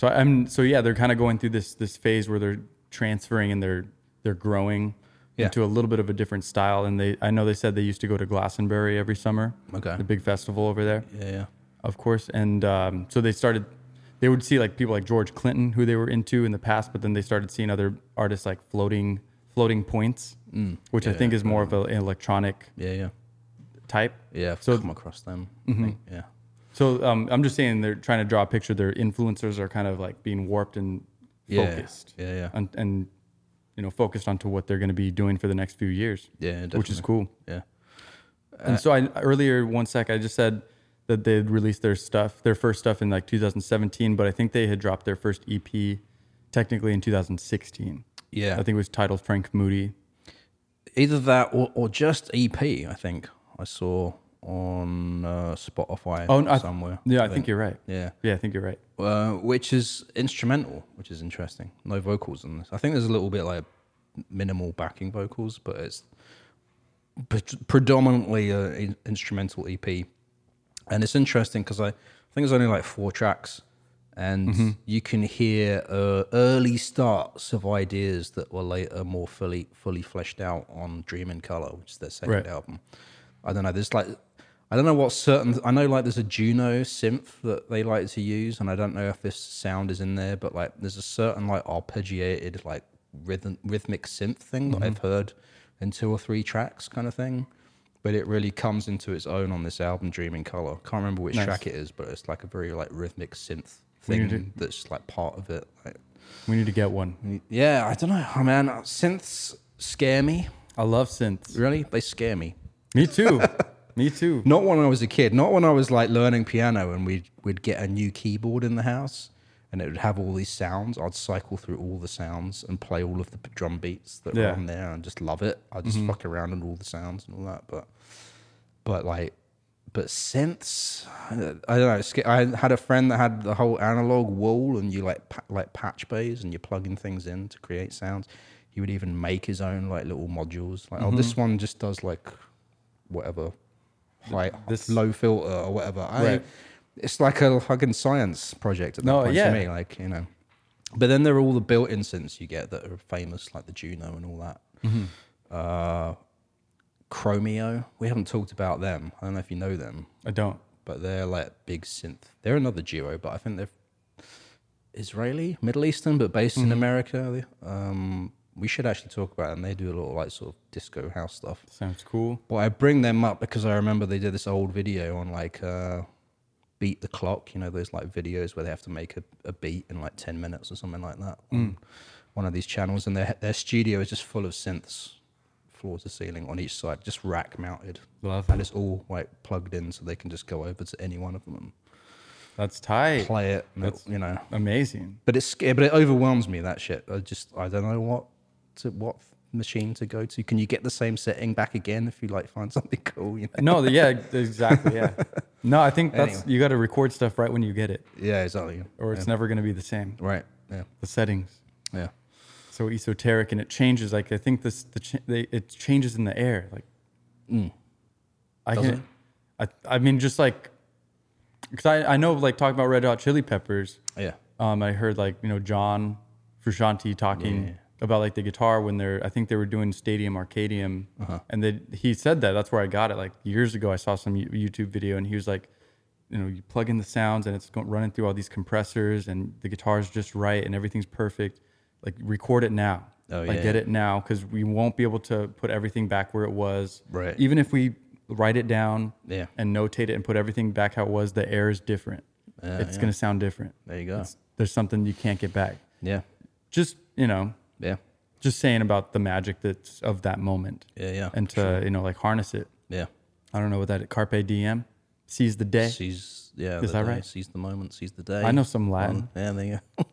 [SPEAKER 1] So I- I'm so yeah, they're kind of going through this this phase where they're transferring and they're they're growing
[SPEAKER 2] Yeah.
[SPEAKER 1] into a little bit of a different style. And they I know they said they used to go to Glastonbury every summer,
[SPEAKER 2] Okay.
[SPEAKER 1] the big festival over there,
[SPEAKER 2] Yeah, yeah.
[SPEAKER 1] of course. And um, so they started. They would see like people like George Clinton, who they were into in the past, but then they started seeing other artists like floating floating points,
[SPEAKER 2] Mm.
[SPEAKER 1] which I think is more of a, an electronic
[SPEAKER 2] Yeah, yeah.
[SPEAKER 1] type.
[SPEAKER 2] Yeah, I've
[SPEAKER 1] So- Mm-hmm.
[SPEAKER 2] come across them. I think. Yeah.
[SPEAKER 1] So um, I'm just saying they're trying to draw a picture. Their influencers are kind of like being warped and
[SPEAKER 2] Yeah.
[SPEAKER 1] focused.
[SPEAKER 2] Yeah, yeah.
[SPEAKER 1] And, and you know, focused onto what they're going to be doing for the next few years.
[SPEAKER 2] Yeah,
[SPEAKER 1] which is
[SPEAKER 2] definitely. Uh,
[SPEAKER 1] cool.
[SPEAKER 2] Yeah.
[SPEAKER 1] and so I earlier one sec I just said that they would released their stuff, their first stuff in like 2017, but I think they had dropped their first EP technically in 2016.
[SPEAKER 2] Yeah.
[SPEAKER 1] I think it was titled Frank Moody.
[SPEAKER 2] Either that or, or just EP, I think I saw on uh, Spotify
[SPEAKER 1] Oh, no, I-
[SPEAKER 2] somewhere.
[SPEAKER 1] Yeah, I think you're right.
[SPEAKER 2] Yeah.
[SPEAKER 1] Yeah, I think you're right.
[SPEAKER 2] uh, which is instrumental, which is interesting. No vocals in this. I think there's a little bit like minimal backing vocals, but it's pre- predominantly an instrumental EP. And it's interesting because I, I think there's only like four tracks, and you can hear uh, early starts of ideas that were later more fully fully fleshed out on Dream in Color, which is their second
[SPEAKER 1] Right.
[SPEAKER 2] album. I don't know. There's like I don't know what certain. I know like there's a Juno synth that they like to use, and I don't know if this sound is in there, but like there's a certain like arpeggiated like rhythm rhythmic synth thing that I've heard in two or three tracks, kind of thing. But it really comes into its own on this album, Dreaming Color. Can't remember which track it is, but it's like a very like rhythmic synth
[SPEAKER 1] We
[SPEAKER 2] thing
[SPEAKER 1] need to-
[SPEAKER 2] that's like part of it. Like,
[SPEAKER 1] We need to get one.
[SPEAKER 2] yeah, I don't know, oh, man. Synths scare me.
[SPEAKER 1] I love synths.
[SPEAKER 2] Really, they scare me.
[SPEAKER 1] Me too. Me too.
[SPEAKER 2] Not when I was a kid. Not when I was like learning piano and we'd we'd get a new keyboard in the house and it would have all these sounds. I'd cycle through all the sounds and play all of the p- drum beats that were
[SPEAKER 1] Yeah.
[SPEAKER 2] on there and just love it. I'd just fuck around and all the sounds and all that. But but like but synths, I don't know. it's sca- I had a friend that had the whole analog wall and you like pa- like patch bays and you're plugging things in to create sounds. He would even make his own like little modules. Like oh, this
[SPEAKER 1] Mm-hmm.
[SPEAKER 2] one just does like whatever high
[SPEAKER 1] this-
[SPEAKER 2] low filter or whatever. I,
[SPEAKER 1] Right.
[SPEAKER 2] It's like a fucking science project at that
[SPEAKER 1] No,
[SPEAKER 2] point
[SPEAKER 1] yeah.
[SPEAKER 2] for me. Like you know, but then there are all the built-in synths you get that are famous, like the Juno and all that. Uh, Chromeo, we haven't talked about them. I don't know if you know them,
[SPEAKER 1] I don't.
[SPEAKER 2] but they're like big synth. They're another duo, but I think they're Israeli, Middle Eastern, but based in America. Um, we should actually talk about them. They do a lot of like sort of disco house stuff.
[SPEAKER 1] Sounds cool.
[SPEAKER 2] Well, I bring them up because I remember they did this old video on like uh, beat the clock. You know those like videos where they have to make a, a beat in like ten minutes or something like that. On one of these channels, and their their studio is just full of synths, floor to ceiling on each side, just rack mounted,
[SPEAKER 1] Love
[SPEAKER 2] and
[SPEAKER 1] it.
[SPEAKER 2] it's all like plugged in, so they can just go over to any one of them
[SPEAKER 1] That's tight.
[SPEAKER 2] and play it. and
[SPEAKER 1] That's-
[SPEAKER 2] it- you know,
[SPEAKER 1] Amazing.
[SPEAKER 2] but it's sc- but it overwhelms me that shit. I just I don't know what to what machine to go to. Can you get the same setting back again if you like find something cool? You know?
[SPEAKER 1] No, yeah, exactly. Yeah. No, I think that's you got to record stuff right when you get it,
[SPEAKER 2] Yeah, exactly.
[SPEAKER 1] or it's never going to be the same.
[SPEAKER 2] Right. Yeah.
[SPEAKER 1] The settings
[SPEAKER 2] Yeah.
[SPEAKER 1] so esoteric, and it changes. Like I think this, the ch- they, it changes in the air. Like, I
[SPEAKER 2] Mm. Does
[SPEAKER 1] can, I, I mean, just like, because I, I know, like talking about Red Hot Chili Peppers.
[SPEAKER 2] Yeah.
[SPEAKER 1] Um, I heard like you know John Frusciante talking about like the guitar when they're I think they were doing Stadium Arcadium,
[SPEAKER 2] Uh-huh.
[SPEAKER 1] and they, he said that that's where I got it. Like years ago, I saw some Yo- YouTube video, and he was like, you know, you plug in the sounds, and it's going, running through all these compressors, and the guitar's just right, and everything's perfect. Like record it now,
[SPEAKER 2] Oh,
[SPEAKER 1] like
[SPEAKER 2] yeah,
[SPEAKER 1] get
[SPEAKER 2] yeah.
[SPEAKER 1] it now, because we won't be able to put everything back where it was.
[SPEAKER 2] Right.
[SPEAKER 1] Even if we write it down,
[SPEAKER 2] Yeah.
[SPEAKER 1] and notate it and put everything back how it was, the air is different.
[SPEAKER 2] Uh,
[SPEAKER 1] it's gonna sound different
[SPEAKER 2] There you go.
[SPEAKER 1] it's- there's something you can't get back.
[SPEAKER 2] yeah.
[SPEAKER 1] Just you know,
[SPEAKER 2] Yeah.
[SPEAKER 1] just saying about the magic that's of that moment.
[SPEAKER 2] Yeah, yeah,
[SPEAKER 1] And to you know, like harness it.
[SPEAKER 2] Yeah.
[SPEAKER 1] I don't know what that carpe diem, seize the day.
[SPEAKER 2] Seize. Yeah.
[SPEAKER 1] Is
[SPEAKER 2] the
[SPEAKER 1] that
[SPEAKER 2] day,
[SPEAKER 1] right?
[SPEAKER 2] Seize the moment. Seize the day. Um,
[SPEAKER 1] I know some Latin,
[SPEAKER 2] Yeah. There you go.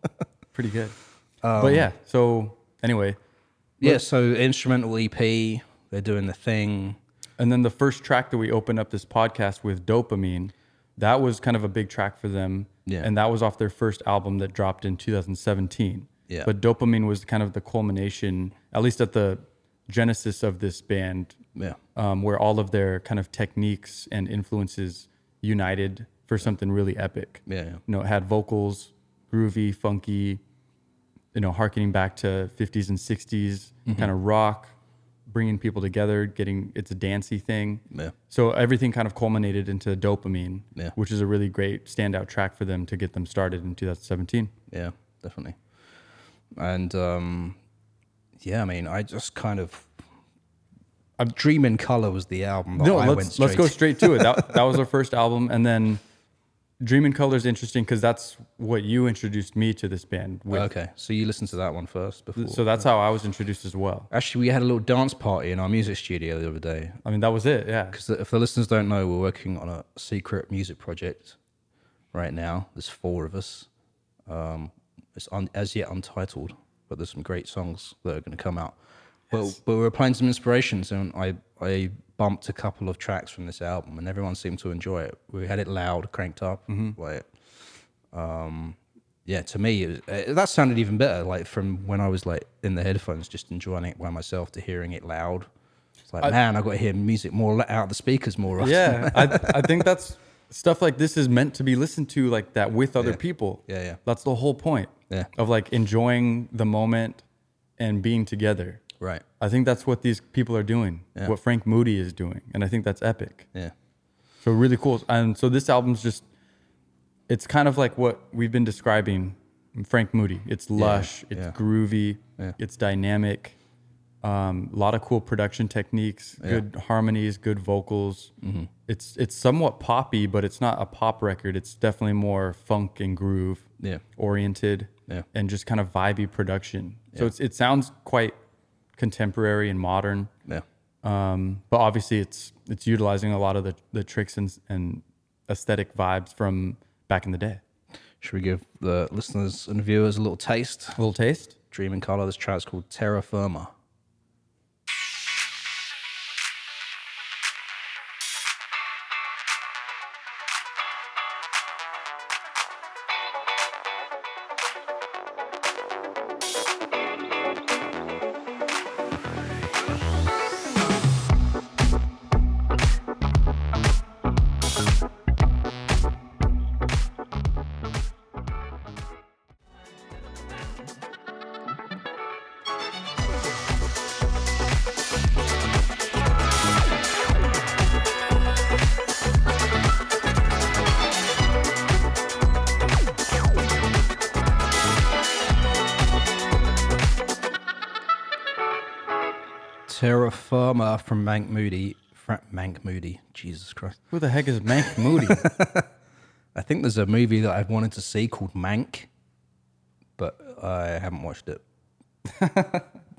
[SPEAKER 1] pretty good. but yeah, so anyway,
[SPEAKER 2] yeah. So instrumental EP. They're doing the thing.
[SPEAKER 1] and then the first track that we opened up this podcast with, dopamine, that was kind of a big track for them.
[SPEAKER 2] Yeah.
[SPEAKER 1] And that was off their first album that dropped in 2017.
[SPEAKER 2] Yeah.
[SPEAKER 1] But dopamine was kind of the culmination, at least at the genesis of this band
[SPEAKER 2] Yeah.
[SPEAKER 1] um, where all of their kind of techniques and influences united for something really epic.
[SPEAKER 2] Yeah, yeah.
[SPEAKER 1] You know, it had vocals, groovy, funky, you know, harkening back to 50s and 60s
[SPEAKER 2] Mm-hmm.
[SPEAKER 1] kind of rock, bringing people together, getting it's a dancey thing.
[SPEAKER 2] Yeah.
[SPEAKER 1] So everything kind of culminated into Dopamine,
[SPEAKER 2] Yeah.
[SPEAKER 1] which is a really great standout track for them to get them started in 2017.
[SPEAKER 2] Yeah, definitely. And um, yeah, I mean, I just kind of. Dream in Color was the album. That
[SPEAKER 1] No,
[SPEAKER 2] Oh, I went
[SPEAKER 1] let's let's go
[SPEAKER 2] straight
[SPEAKER 1] straight to it. That that was our first album, and then Dream in Color is interesting because that's what you introduced me to this band with.
[SPEAKER 2] Okay, so you listen to that one first before.
[SPEAKER 1] So that's how I was introduced as well.
[SPEAKER 2] Actually, we had a little dance party in our music studio the other day.
[SPEAKER 1] I mean, that was it. Yeah.
[SPEAKER 2] Because if the listeners don't know, we're working on a secret music project right now. There's four of us. Um, it's un- as yet untitled, but there's some great songs that are going to come out. But, but we were playing some inspirations, and I, I bumped a couple of tracks from this album, and everyone seemed to enjoy it. We had it loud, cranked up, like um, yeah, to me, it was, uh, that sounded even better. Like from when I was like in the headphones, just enjoying it by myself, to hearing it loud. It's like, man, I got to hear music more li- out of the speakers more often.
[SPEAKER 1] Yeah. I I think that's stuff like this is meant to be listened to like that with other people.
[SPEAKER 2] Yeah, yeah.
[SPEAKER 1] That's the whole point.
[SPEAKER 2] Yeah.
[SPEAKER 1] Of like enjoying the moment and being together.
[SPEAKER 2] right.
[SPEAKER 1] I think that's what these people are doing. What Frank Moody is doing, and I think that's epic.
[SPEAKER 2] Yeah,
[SPEAKER 1] So really cool. And so this album's just it's kind of like what we've been describing Frank Moody. It's lush, it's
[SPEAKER 2] yeah.
[SPEAKER 1] groovy,
[SPEAKER 2] Yeah.
[SPEAKER 1] it's dynamic. A lot of cool production techniques, good harmonies, good vocals.
[SPEAKER 2] Mm-hmm.
[SPEAKER 1] It's it's somewhat poppy, but it's not a pop record. It's definitely more funk and groove
[SPEAKER 2] Yeah.
[SPEAKER 1] oriented,
[SPEAKER 2] Yeah.
[SPEAKER 1] and just kind of vibey production. So it's, it sounds quite contemporary and modern
[SPEAKER 2] yeah,
[SPEAKER 1] um, but obviously it's it's utilizing a lot of the, the tricks and, and aesthetic vibes from back in the day.
[SPEAKER 2] Should we give the listeners and viewers a little taste?
[SPEAKER 1] A little taste.
[SPEAKER 2] Dream in Color. This track's called Terra Firma. Terra Firma from Mank Moody. Fra- Mank Moody. Jesus Christ.
[SPEAKER 1] Who the heck is Mank Moody?
[SPEAKER 2] I think there's a movie that I've wanted to see called Mank, but I haven't watched it.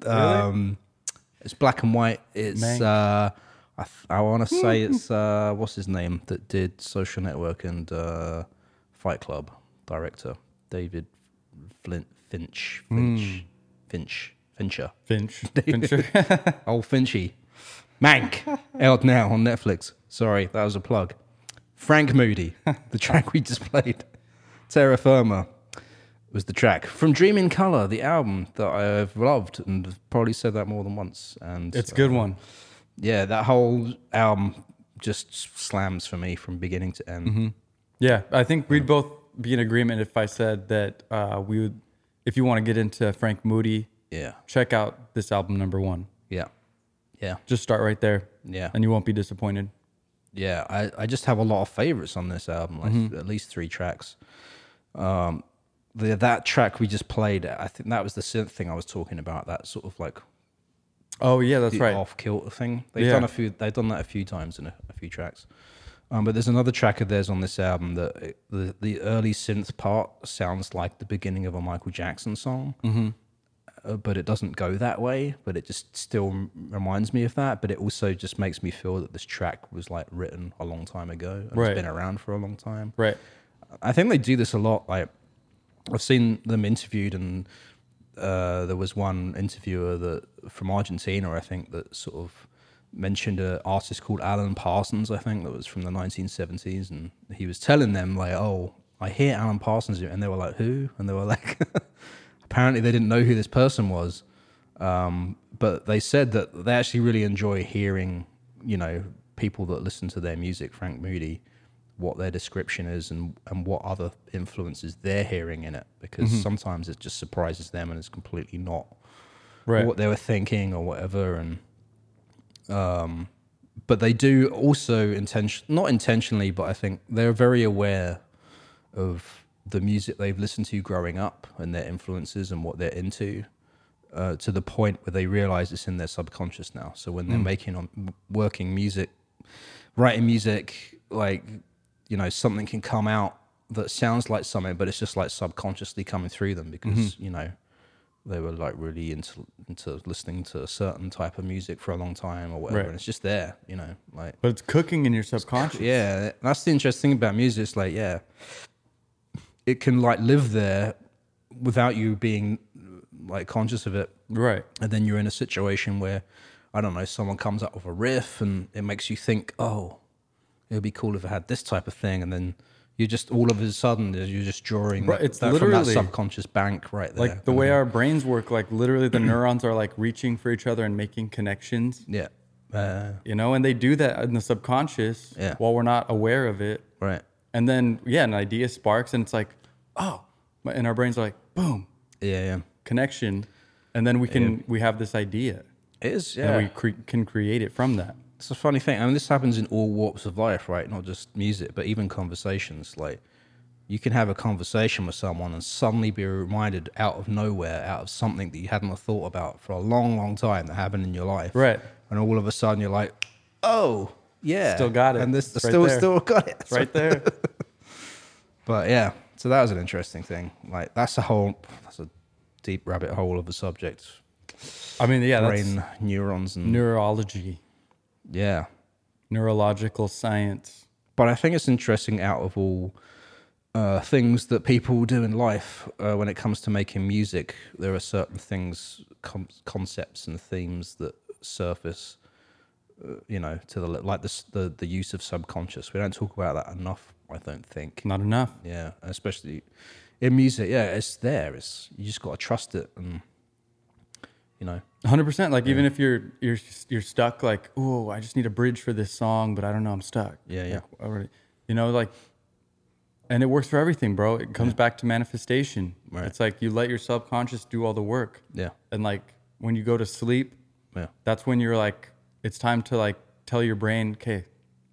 [SPEAKER 2] um, it's black and white. It's
[SPEAKER 1] Mank.
[SPEAKER 2] uh, I, th- I want to say it's uh, what's his name that did Social Network and uh, Fight Club director David Flint Finch Finch Finch Fincher.
[SPEAKER 1] Finch. Fincher.
[SPEAKER 2] Old Finchy. Mank. Out now on Netflix. Sorry, that was a plug. Frank Moody, the track we just played. Terra Firma was the track from Dream in Color, the album that I've loved and have probably said that more than once. And
[SPEAKER 1] it's a good one.
[SPEAKER 2] yeah, that whole album just slams for me from beginning to end.
[SPEAKER 1] Yeah, I think we'd both be in agreement if I said that uh, we would. If you want to get into Frank Moody,
[SPEAKER 2] Yeah,
[SPEAKER 1] check out this album number one.
[SPEAKER 2] yeah, yeah.
[SPEAKER 1] Just start right there.
[SPEAKER 2] Yeah.
[SPEAKER 1] and you won't be disappointed.
[SPEAKER 2] yeah I, I just have a lot of favorites on this album like at least three tracks um the, that track we just played i think that was the synth thing i was talking about that sort of like
[SPEAKER 1] Oh yeah, that's right.
[SPEAKER 2] off kilter thing they've
[SPEAKER 1] Yeah.
[SPEAKER 2] done a few they've done that a few times in a, a few tracks um, but there's another track of theirs on this album that it- the, the early synth part sounds like the beginning of a michael jackson song
[SPEAKER 1] Mm-hmm.
[SPEAKER 2] uh, but it doesn't go that way. But it just still m- reminds me of that. But it also just makes me feel that this track was like written a long time ago and
[SPEAKER 1] Right.
[SPEAKER 2] it's been around for a long time.
[SPEAKER 1] Right.
[SPEAKER 2] I think they do this a lot. Like I've seen them interviewed, and uh, there was one interviewer that from Argentina, I think, that sort of mentioned an artist called Alan Parsons. I think that was from the 1970s, and he was telling them like, "Oh, I hear Alan Parsons," and they were like, "Who?" And they were like, apparently they didn't know who this person was but they said that they actually really enjoy hearing, you know, people that listen to their music, Frank Moody, what their description is and, and what other influences they're hearing in it because sometimes it just surprises them and it's completely not
[SPEAKER 1] Right.
[SPEAKER 2] what they were thinking or whatever and um but they do also intention not intentionally but i think they're very aware of the music they've listened to growing up and their influences and what they're into uh, to the point where they realize it's in their subconscious now so when they're making on working music writing music like you know something can come out that sounds like something but it's just like subconsciously coming through them because you know they were like really into into listening to a certain type of music for a long time or whatever
[SPEAKER 1] Right.
[SPEAKER 2] and it's just there you know like
[SPEAKER 1] But it's cooking in your subconscious.
[SPEAKER 2] yeah, that's the interesting thing about music. It's like, yeah, it can like live there without you being like conscious of it.
[SPEAKER 1] Right.
[SPEAKER 2] And then you're in a situation where, I don't know, someone comes up with a riff and it makes you think, oh, it would be cool if I had this type of thing. And then you just all of a sudden you're just drawing
[SPEAKER 1] Right,
[SPEAKER 2] that-
[SPEAKER 1] it's
[SPEAKER 2] that from that
[SPEAKER 1] literally-
[SPEAKER 2] subconscious bank right there.
[SPEAKER 1] Like the way our brains work, like literally the neurons are like reaching for each other and making connections.
[SPEAKER 2] yeah, uh,
[SPEAKER 1] You know, and they do that in the subconscious
[SPEAKER 2] Yeah.
[SPEAKER 1] while we're not aware of it.
[SPEAKER 2] right.
[SPEAKER 1] And then yeah, an idea sparks and it's like, oh, and our brains are like, boom,
[SPEAKER 2] Yeah, yeah.
[SPEAKER 1] connection, and then we can we have this idea
[SPEAKER 2] It is. Yeah.
[SPEAKER 1] and we cre- can create it from that.
[SPEAKER 2] it's a funny thing. I mean, this happens in all walks of life, right? Not just music, but even conversations. Like, you can have a conversation with someone and suddenly be reminded out of nowhere, out of something that you hadn't thought about for a long, long time that happened in your life.
[SPEAKER 1] Right.
[SPEAKER 2] And all of a sudden, you're like, oh, yeah.
[SPEAKER 1] Still got it.
[SPEAKER 2] And this
[SPEAKER 1] It's right
[SPEAKER 2] still,
[SPEAKER 1] there.
[SPEAKER 2] still got it.
[SPEAKER 1] It's right there.
[SPEAKER 2] But yeah, so that was an interesting thing. Like, that's a whole, that's a deep rabbit hole of a subject.
[SPEAKER 1] I mean, yeah, that's
[SPEAKER 2] Brain, neurons, and
[SPEAKER 1] neurology,
[SPEAKER 2] yeah.
[SPEAKER 1] neurological science.
[SPEAKER 2] but I think it's interesting out of all uh, things that people do in life uh, when it comes to making music, there are certain things, com- concepts, and themes that surface. Uh, you know, to the like the, s- the the use of subconscious. We don't talk about that enough. I don't think.
[SPEAKER 1] Not enough.
[SPEAKER 2] Yeah, especially in music. Yeah, it's there. It's you just got to trust it, and you know,
[SPEAKER 1] Hundred percent. Like even if you're you're you're stuck, like oh, I just need a bridge for this song, but I don't know, I'm stuck.
[SPEAKER 2] Yeah, yeah.
[SPEAKER 1] Like, already, you know, like, and it works for everything, bro. It comes back to manifestation.
[SPEAKER 2] Right.
[SPEAKER 1] It's like you let your subconscious do all the work,
[SPEAKER 2] yeah,
[SPEAKER 1] and like when you go to sleep,
[SPEAKER 2] yeah,
[SPEAKER 1] that's when you're like, it's time to like tell your brain, okay,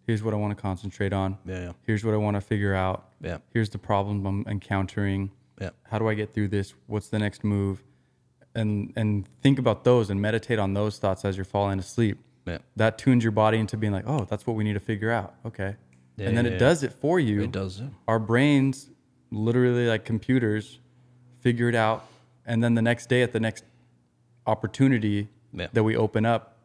[SPEAKER 1] here's what I want to concentrate on.
[SPEAKER 2] Yeah, yeah.
[SPEAKER 1] Here's what I want to figure out.
[SPEAKER 2] Yeah.
[SPEAKER 1] Here's the problem I'm encountering
[SPEAKER 2] yeah,
[SPEAKER 1] how do I get through this? What's the next move? And and think about those and meditate on those thoughts as you're falling asleep.
[SPEAKER 2] yeah.
[SPEAKER 1] That tunes your body into being like, oh, that's what we need to figure out. Okay.
[SPEAKER 2] Yeah,
[SPEAKER 1] and then
[SPEAKER 2] yeah,
[SPEAKER 1] it
[SPEAKER 2] yeah.
[SPEAKER 1] does it for you.
[SPEAKER 2] It does. yeah.
[SPEAKER 1] Our brains, literally like computers, figure it out. And then the next day at the next opportunity
[SPEAKER 2] Yeah.
[SPEAKER 1] that we open up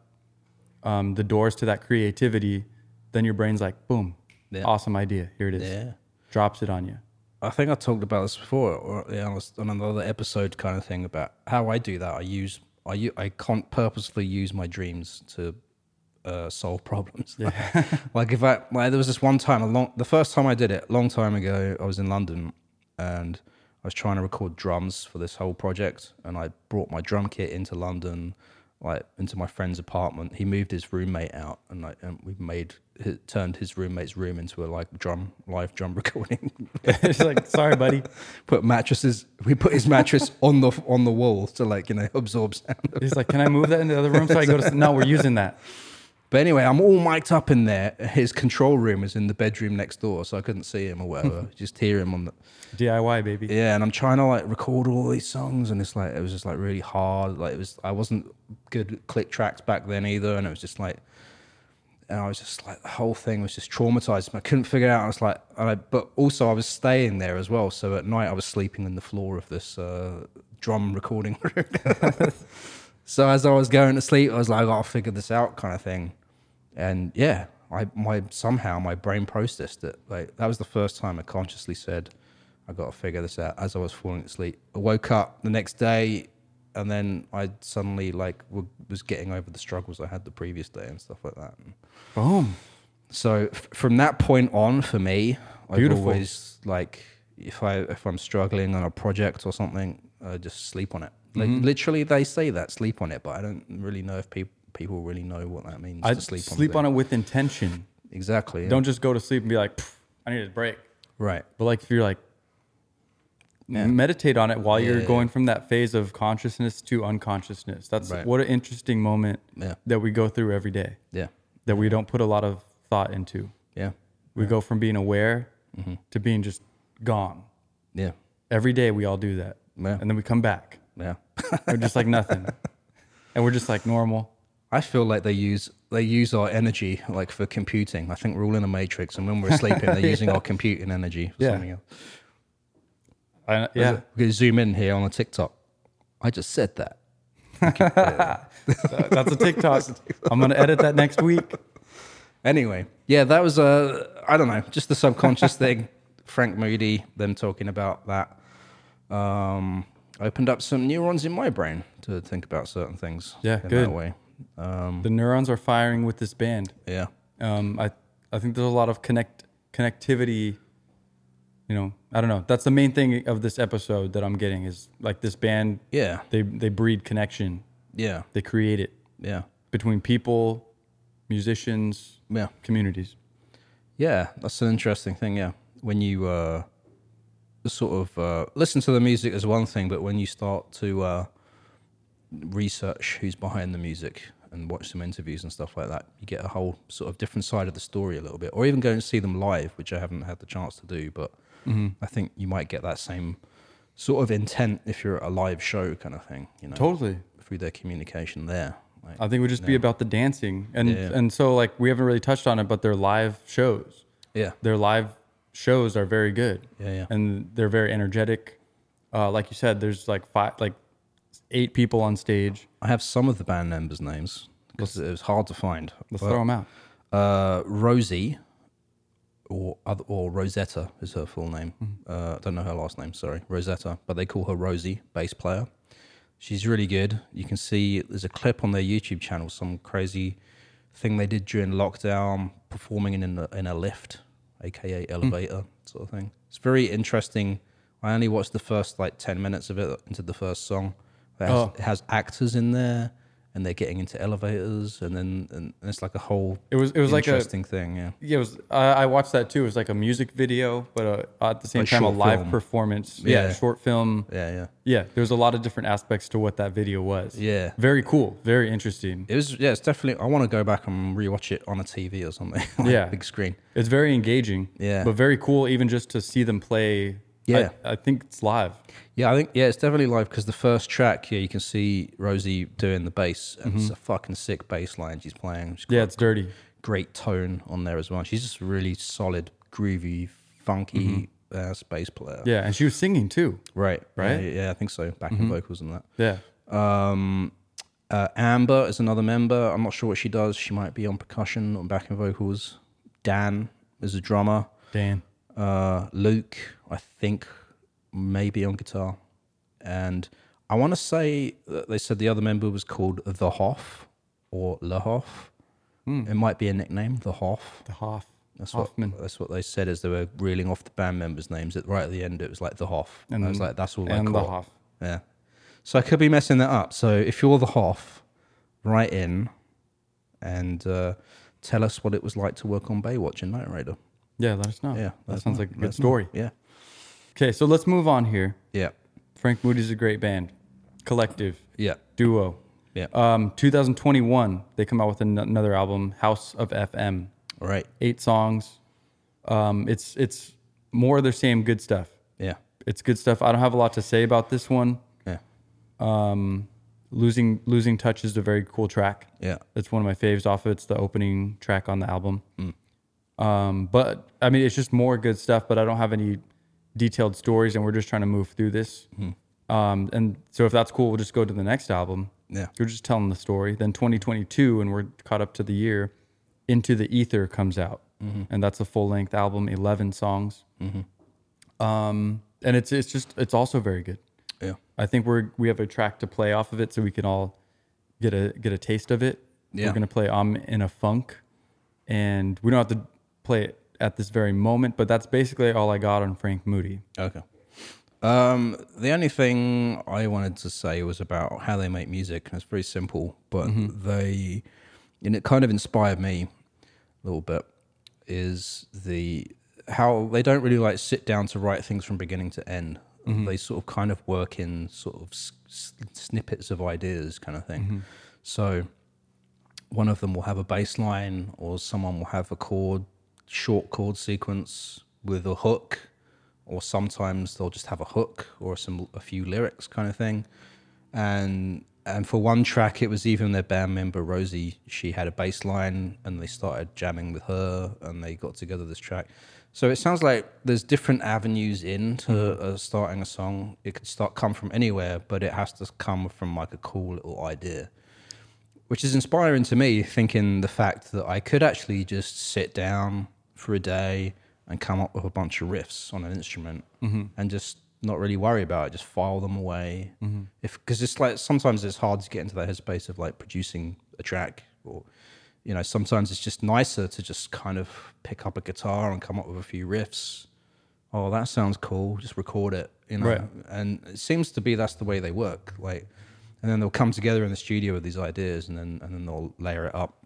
[SPEAKER 1] um, the doors to that creativity, then your brain's like, boom,
[SPEAKER 2] Yeah.
[SPEAKER 1] awesome idea. Here it is.
[SPEAKER 2] Yeah.
[SPEAKER 1] Drops it on you.
[SPEAKER 2] I think I talked about this before, or yeah, on a- on another episode, kind of thing about how I do that. I use I u- I can't purposefully use my dreams to uh, solve problems. like if I like, there was this one time a long the first time I did it a long time ago. I was in London and I was trying to record drums for this whole project, and I brought my drum kit into London, like into my friend's apartment. He moved his roommate out, and like and we made it turned his roommate's room into a like drum live drum recording
[SPEAKER 1] it's like, sorry, buddy.
[SPEAKER 2] put mattresses. We put his mattress on the on the wall to like you know absorb sound.
[SPEAKER 1] He's like, can I move that into the other room so I go to? s- No, we're using that.
[SPEAKER 2] But anyway, I'm all mic'd up in there. His control room is in the bedroom next door, so I couldn't see him or whatever. Just hear him on the
[SPEAKER 1] DIY, baby.
[SPEAKER 2] yeah. And I'm trying to like record all these songs, and it's like it was just like really hard. Like it was I wasn't good at click tracks back then either, and it was just like. And I was just like, the whole thing was just traumatized. I couldn't figure it out. I was like, and I, but also I was staying there as well. So at night I was sleeping on the floor of this uh, drum recording room. So as I was going to sleep, I was like, I gotta figure this out, kind of thing. And yeah, I my somehow my brain processed it. Like that was the first time I consciously said, I gotta figure this out. As I was falling asleep, I woke up the next day, and then I suddenly like w- was getting over the struggles I had the previous day and stuff like that.
[SPEAKER 1] Boom.
[SPEAKER 2] So f- from that point on, for me, I've
[SPEAKER 1] Beautiful.
[SPEAKER 2] always like if I if I'm struggling on a project or something, I just sleep on it. Like
[SPEAKER 1] Mm-hmm.
[SPEAKER 2] literally, they say that sleep on it, but I don't really know if people people really know what that means.
[SPEAKER 1] I
[SPEAKER 2] to
[SPEAKER 1] sleep,
[SPEAKER 2] sleep,
[SPEAKER 1] on, it with intention.
[SPEAKER 2] it. Exactly. yeah.
[SPEAKER 1] Don't just go to sleep and be like, "Pff, I need a break.
[SPEAKER 2] Right.
[SPEAKER 1] But like if you're like
[SPEAKER 2] Yeah.
[SPEAKER 1] meditate on it while you're
[SPEAKER 2] Yeah.
[SPEAKER 1] going from that phase of consciousness to unconsciousness. That's
[SPEAKER 2] Right.
[SPEAKER 1] what an interesting moment
[SPEAKER 2] Yeah.
[SPEAKER 1] that we go through every day
[SPEAKER 2] Yeah.
[SPEAKER 1] that we don't put a lot of thought into.
[SPEAKER 2] Yeah. Mm-hmm.
[SPEAKER 1] We go from being aware to being just gone.
[SPEAKER 2] Yeah.
[SPEAKER 1] Every day we all do that.
[SPEAKER 2] Yeah.
[SPEAKER 1] And then we come back.
[SPEAKER 2] Yeah.
[SPEAKER 1] We're just like nothing. And we're just like normal.
[SPEAKER 2] I feel like they use they use our energy like for computing. I think we're all in a matrix, and when we're sleeping, they're using our computing energy for
[SPEAKER 1] Yeah.
[SPEAKER 2] something else.
[SPEAKER 1] I, yeah.
[SPEAKER 2] We're gonna zoom in here on a TikTok. I just said that.
[SPEAKER 1] That's a TikTok. I'm going to edit that next week.
[SPEAKER 2] Anyway, yeah, that was uh, I don't know, just the subconscious thing. Frank Moody, them talking about that, um, opened up some neurons in my brain to think about certain things.
[SPEAKER 1] Yeah,
[SPEAKER 2] in
[SPEAKER 1] good.
[SPEAKER 2] that way.
[SPEAKER 1] The neurons are firing with this band.
[SPEAKER 2] Yeah,
[SPEAKER 1] Um, I, I think there's a lot of connect connectivity. You know, I don't know. That's the main thing of this episode that I'm getting is like this band.
[SPEAKER 2] yeah,
[SPEAKER 1] They they breed connection.
[SPEAKER 2] yeah,
[SPEAKER 1] They create it
[SPEAKER 2] yeah,
[SPEAKER 1] between people, musicians,
[SPEAKER 2] yeah.
[SPEAKER 1] communities.
[SPEAKER 2] Yeah, that's an interesting thing. Yeah, when you uh, sort of uh, listen to the music is one thing, but when you start to uh, research who's behind the music and watch some interviews and stuff like that, you get a whole sort of different side of the story a little bit, or even go and see them live, which I haven't had the chance to do, but I think you might get that same sort of intent if you're at a live show kind of thing. You know,
[SPEAKER 1] Totally.
[SPEAKER 2] through their communication there. Like,
[SPEAKER 1] I think it would just be about the dancing, and
[SPEAKER 2] Yeah.
[SPEAKER 1] and so like we haven't really touched on it, but they're live shows.
[SPEAKER 2] yeah,
[SPEAKER 1] their live shows are very good.
[SPEAKER 2] Yeah, yeah.
[SPEAKER 1] And they're very energetic. Uh, like you said, there's like five, like eight people on stage.
[SPEAKER 2] I have some of the band members' names because it was hard to find.
[SPEAKER 1] Let's
[SPEAKER 2] but-
[SPEAKER 1] throw 'em throw them out.
[SPEAKER 2] uh, Rosie, or other, or Rosetta is her full name. Uh, I don't know her last name. Sorry, Rosetta, but they call her Rosie, bass player. She's really good. You can see there's a clip on their YouTube channel. Some crazy thing they did during lockdown, performing in a, in a lift, aka elevator sort of thing. It's very interesting. I only watched the first like ten minutes of it into the first song. It has,
[SPEAKER 1] Oh.
[SPEAKER 2] it has actors in there, and they're getting into elevators, and then and it's like a whole
[SPEAKER 1] It was it was like a
[SPEAKER 2] interesting thing. Yeah,
[SPEAKER 1] yeah. It was I, I watched that too. It was like a music video, but uh at the same
[SPEAKER 2] Like
[SPEAKER 1] time a
[SPEAKER 2] short
[SPEAKER 1] live
[SPEAKER 2] film.
[SPEAKER 1] performance. Yeah,
[SPEAKER 2] Yeah.
[SPEAKER 1] short film.
[SPEAKER 2] yeah, yeah.
[SPEAKER 1] Yeah, there's a lot of different aspects to what that video was.
[SPEAKER 2] Yeah.
[SPEAKER 1] very cool, very interesting.
[SPEAKER 2] It was yeah. It's definitely. I want to go back and rewatch it on a TV or something. like
[SPEAKER 1] Yeah.
[SPEAKER 2] big screen.
[SPEAKER 1] It's very engaging.
[SPEAKER 2] Yeah.
[SPEAKER 1] but very cool even just to see them play.
[SPEAKER 2] Yeah.
[SPEAKER 1] I, I think it's live.
[SPEAKER 2] Yeah, I think yeah, it's definitely live because the first track, yeah, you can see Rosie doing the bass, and it's a fucking sick bass line she's playing. She's got
[SPEAKER 1] Mm-hmm. Yeah, it's dirty.
[SPEAKER 2] great tone on there as well. She's just a really solid, groovy, funky ass bass player.
[SPEAKER 1] Mm-hmm. Yeah, and she was singing too.
[SPEAKER 2] Right,
[SPEAKER 1] Right? Mm-hmm.
[SPEAKER 2] Yeah, yeah, I think so. Backing vocals and that.
[SPEAKER 1] Yeah.
[SPEAKER 2] Um, uh, Amber is another member. I'm not sure what she does. She might be on percussion or backing vocals. Dan is a drummer.
[SPEAKER 1] Dan.
[SPEAKER 2] Uh, Luke, I think, maybe on guitar. And I want to say that they said the other member was called The Hoff or Le Hoff. It might be a nickname, The Hoff.
[SPEAKER 1] Hmm. The Hoff.
[SPEAKER 2] That's
[SPEAKER 1] Hoffman.
[SPEAKER 2] what that's what they said as they were reeling off the band members' names. At right at the end, it was like the Hoff, and I was like, "That's all." I
[SPEAKER 1] and the
[SPEAKER 2] caught.
[SPEAKER 1] Hoff.
[SPEAKER 2] Yeah. So I could be messing that up. So if you're the Hoff, write in and uh, tell us what it was like to work on Baywatch and Night Raider.
[SPEAKER 1] Yeah, let us know.
[SPEAKER 2] Yeah, let
[SPEAKER 1] that
[SPEAKER 2] us
[SPEAKER 1] sounds
[SPEAKER 2] know.
[SPEAKER 1] like a
[SPEAKER 2] Let
[SPEAKER 1] good
[SPEAKER 2] us know.
[SPEAKER 1] story.
[SPEAKER 2] Yeah.
[SPEAKER 1] Okay, so let's move on here.
[SPEAKER 2] Yeah.
[SPEAKER 1] Frank Moody's a great band, collective,
[SPEAKER 2] Yeah.
[SPEAKER 1] duo.
[SPEAKER 2] Yeah.
[SPEAKER 1] Um, 2021, they come out with an- another album, House of FM.
[SPEAKER 2] All right.
[SPEAKER 1] Eight songs. Um, it's it's more of the same good stuff.
[SPEAKER 2] Yeah.
[SPEAKER 1] It's good stuff. I don't have a lot to say about this one.
[SPEAKER 2] Yeah.
[SPEAKER 1] Losing Losing Touch is a very cool track.
[SPEAKER 2] Yeah.
[SPEAKER 1] It's one of my faves off of it. It's the opening track on the album.
[SPEAKER 2] Mm.
[SPEAKER 1] Um, but I mean, it's just more good stuff, but I don't have any detailed stories and we're just trying to move through this. Um, and so if that's cool, we'll just go to the next album.
[SPEAKER 2] Mm-hmm. Yeah.
[SPEAKER 1] We're just telling the story. Then 2022, and we're caught up to the year, Into the Ether comes out.
[SPEAKER 2] Mm-hmm.
[SPEAKER 1] And that's a full length album, 11 songs.
[SPEAKER 2] Mm-hmm.
[SPEAKER 1] Um, and it's, it's just, it's also very good.
[SPEAKER 2] Yeah.
[SPEAKER 1] I think we're we have a track to play off of it, so we can all get a get a taste of it.
[SPEAKER 2] Yeah.
[SPEAKER 1] We're gonna play "I'm in a Funk," and we don't have to play it at this very moment, but that's basically all I got on Frank Moody.
[SPEAKER 2] Okay. Um, the only thing I wanted to say was about how they make music. and It's very simple, but they, and it kind of inspired me a little bit, is the how they don't really like sit down to write things from beginning to end. They sort of kind of work in sort of s- s- snippets of ideas, kind of thing. So one of them will have a bass line, or someone will have a chord, short chord sequence with a hook, or sometimes they'll just have a hook or some a few lyrics, kind of thing. And and for one track, it was even their band member Rosie. She had a bass line, and they started jamming with her, and they got together this track. So it sounds like there's different avenues into uh, starting a song. It could start come from anywhere, but it has to come from like a cool little idea which is inspiring to me thinking the fact that I could actually just sit down for a day and come up with a bunch of riffs on an instrument and just not really worry about it, just file them away. If because it's like sometimes it's hard to get into that headspace of like producing a track or you know sometimes it's just nicer to just kind of pick up a guitar and come up with a few riffs. Oh, that sounds cool. Just record it, you know.
[SPEAKER 1] Right.
[SPEAKER 2] And it seems to be that's the way they work. Like, and then they'll come together in the studio with these ideas, and then and then they'll layer it up.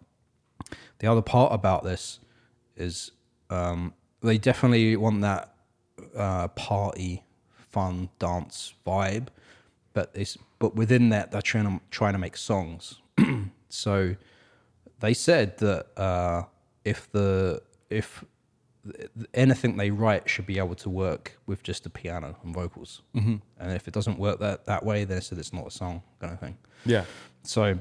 [SPEAKER 2] The other part about this is um, they definitely want that uh, party, fun, dance vibe, but it's but within that they're trying to trying to make songs. so they said that uh, if the if th- anything they write should be able to work with just the piano and vocals, mm-hmm. and if it doesn't work that that way, then they said it's not a song kind of thing.
[SPEAKER 1] Yeah.
[SPEAKER 2] So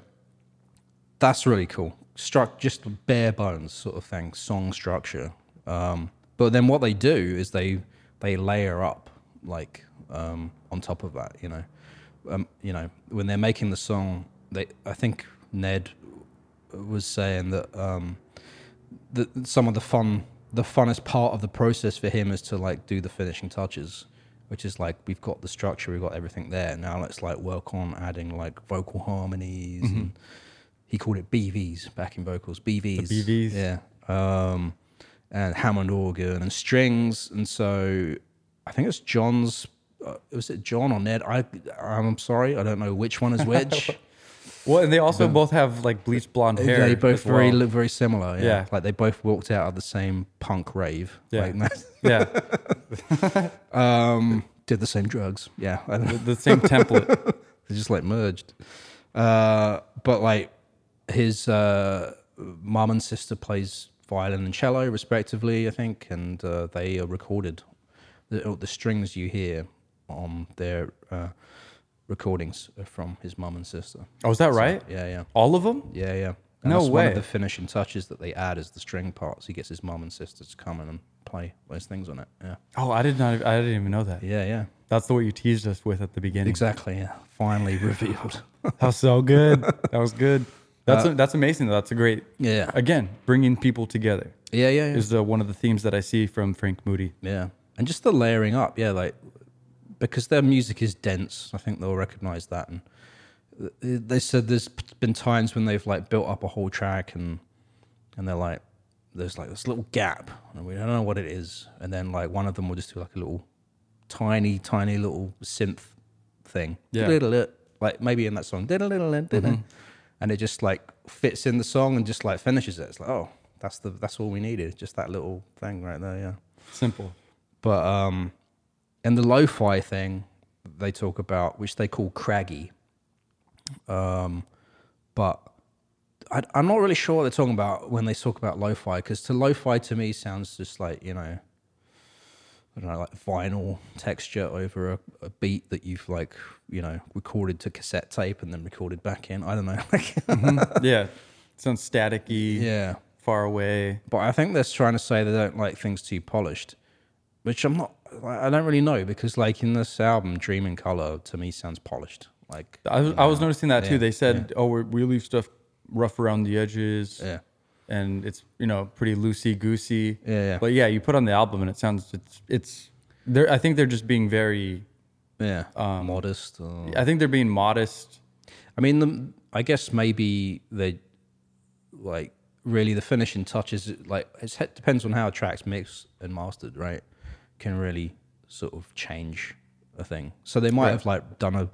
[SPEAKER 2] that's really cool. Struck just bare bones sort of thing, song structure. Um, but then what they do is they they layer up like um, on top of that, you know. Um, you know, when they're making the song, they I think Ned was saying that um, the, some of the fun, the funnest part of the process for him is to like do the finishing touches, which is like we've got the structure, we've got everything there. Now let's like work on adding like vocal harmonies. And he called it BVs, backing vocals, BVs,
[SPEAKER 1] BVs.
[SPEAKER 2] yeah, um, and Hammond organ and strings. And so I think it's John's. Uh, was it John or Ned? I I'm sorry, I don't know which one is which.
[SPEAKER 1] Well, and they also both have like bleached blonde hair.
[SPEAKER 2] They both
[SPEAKER 1] as
[SPEAKER 2] very
[SPEAKER 1] well.
[SPEAKER 2] look very similar. Yeah.
[SPEAKER 1] Yeah.
[SPEAKER 2] like they both walked out of the same punk rave.
[SPEAKER 1] Yeah.
[SPEAKER 2] Like,
[SPEAKER 1] yeah,
[SPEAKER 2] um, did the same drugs. Yeah, I don't know.
[SPEAKER 1] the same template.
[SPEAKER 2] they just like merged. Uh, but like his uh, mom and sister plays violin and cello respectively, I think, and uh, they are recorded. The, the strings you hear on their uh, recordings are from his mom and sister.
[SPEAKER 1] Oh, is that right?
[SPEAKER 2] Yeah, yeah.
[SPEAKER 1] All of them?
[SPEAKER 2] Yeah, yeah.
[SPEAKER 1] No
[SPEAKER 2] that's One
[SPEAKER 1] way.
[SPEAKER 2] of the finishing touches that they add is the string parts. He gets his mum and sisters to come in and play those things on it. Yeah, Mm.
[SPEAKER 1] Oh, I did not. I didn't even know that.
[SPEAKER 2] yeah, yeah.
[SPEAKER 1] That's the way you teased us with at the beginning.
[SPEAKER 2] Exactly. Yeah. Finally revealed.
[SPEAKER 1] That was so good. that was good.
[SPEAKER 2] Uh,
[SPEAKER 1] That's that's amazing. though. That's a great.
[SPEAKER 2] Yeah.
[SPEAKER 1] Again, bringing people together
[SPEAKER 2] yeah, yeah, yeah.
[SPEAKER 1] is uh, one of the themes that I see from Frank Moody.
[SPEAKER 2] yeah, and just the layering up. Yeah, like because their music is dense. I think they'll recognize that. And th- they said there's been times when they've like built up a whole track and and they're like there's like this little gap and we don't know what it is and then like one of them will just do like a little tiny tiny little synth thing
[SPEAKER 1] Yeah.
[SPEAKER 2] Diddle-it. like maybe in that song diddle-diddle-diddle. and it just like fits in the song and just like finishes it it's like oh that's the that's all we needed just that little thing right there yeah
[SPEAKER 1] Simple.
[SPEAKER 2] but um and the lo-fi thing they talk about which they call craggy um but I, i'm not really sure what they're talking about when they talk about lo-fi because to lo-fi to me sounds just like you know I don't know, like vinyl texture over a, a beat that you've like, you know, recorded to cassette tape and then recorded back in. I don't know. Like,
[SPEAKER 1] yeah. Sounds staticky.
[SPEAKER 2] yeah.
[SPEAKER 1] Far away.
[SPEAKER 2] but I think they're trying to say they don't like things too polished, which I'm not. I I don't really know because, like in this album, "Dream in Color" to me sounds polished. Like,
[SPEAKER 1] I was, I was noticing that
[SPEAKER 2] Yeah,
[SPEAKER 1] too. They said, "Oh, we're, we leave stuff rough around the edges."
[SPEAKER 2] Yeah.
[SPEAKER 1] And it's you know pretty loosey goosey.
[SPEAKER 2] Yeah, yeah.
[SPEAKER 1] But yeah, you put on the album and it sounds it's it's. They're, I think they're just being very.
[SPEAKER 2] yeah, modest. Or,
[SPEAKER 1] I think they're being modest.
[SPEAKER 2] I mean, the, I guess maybe they like really the finishing touches. Like, it's, it depends on how a track's mixed and mastered, right? Can really sort of change a thing. So they might have like done a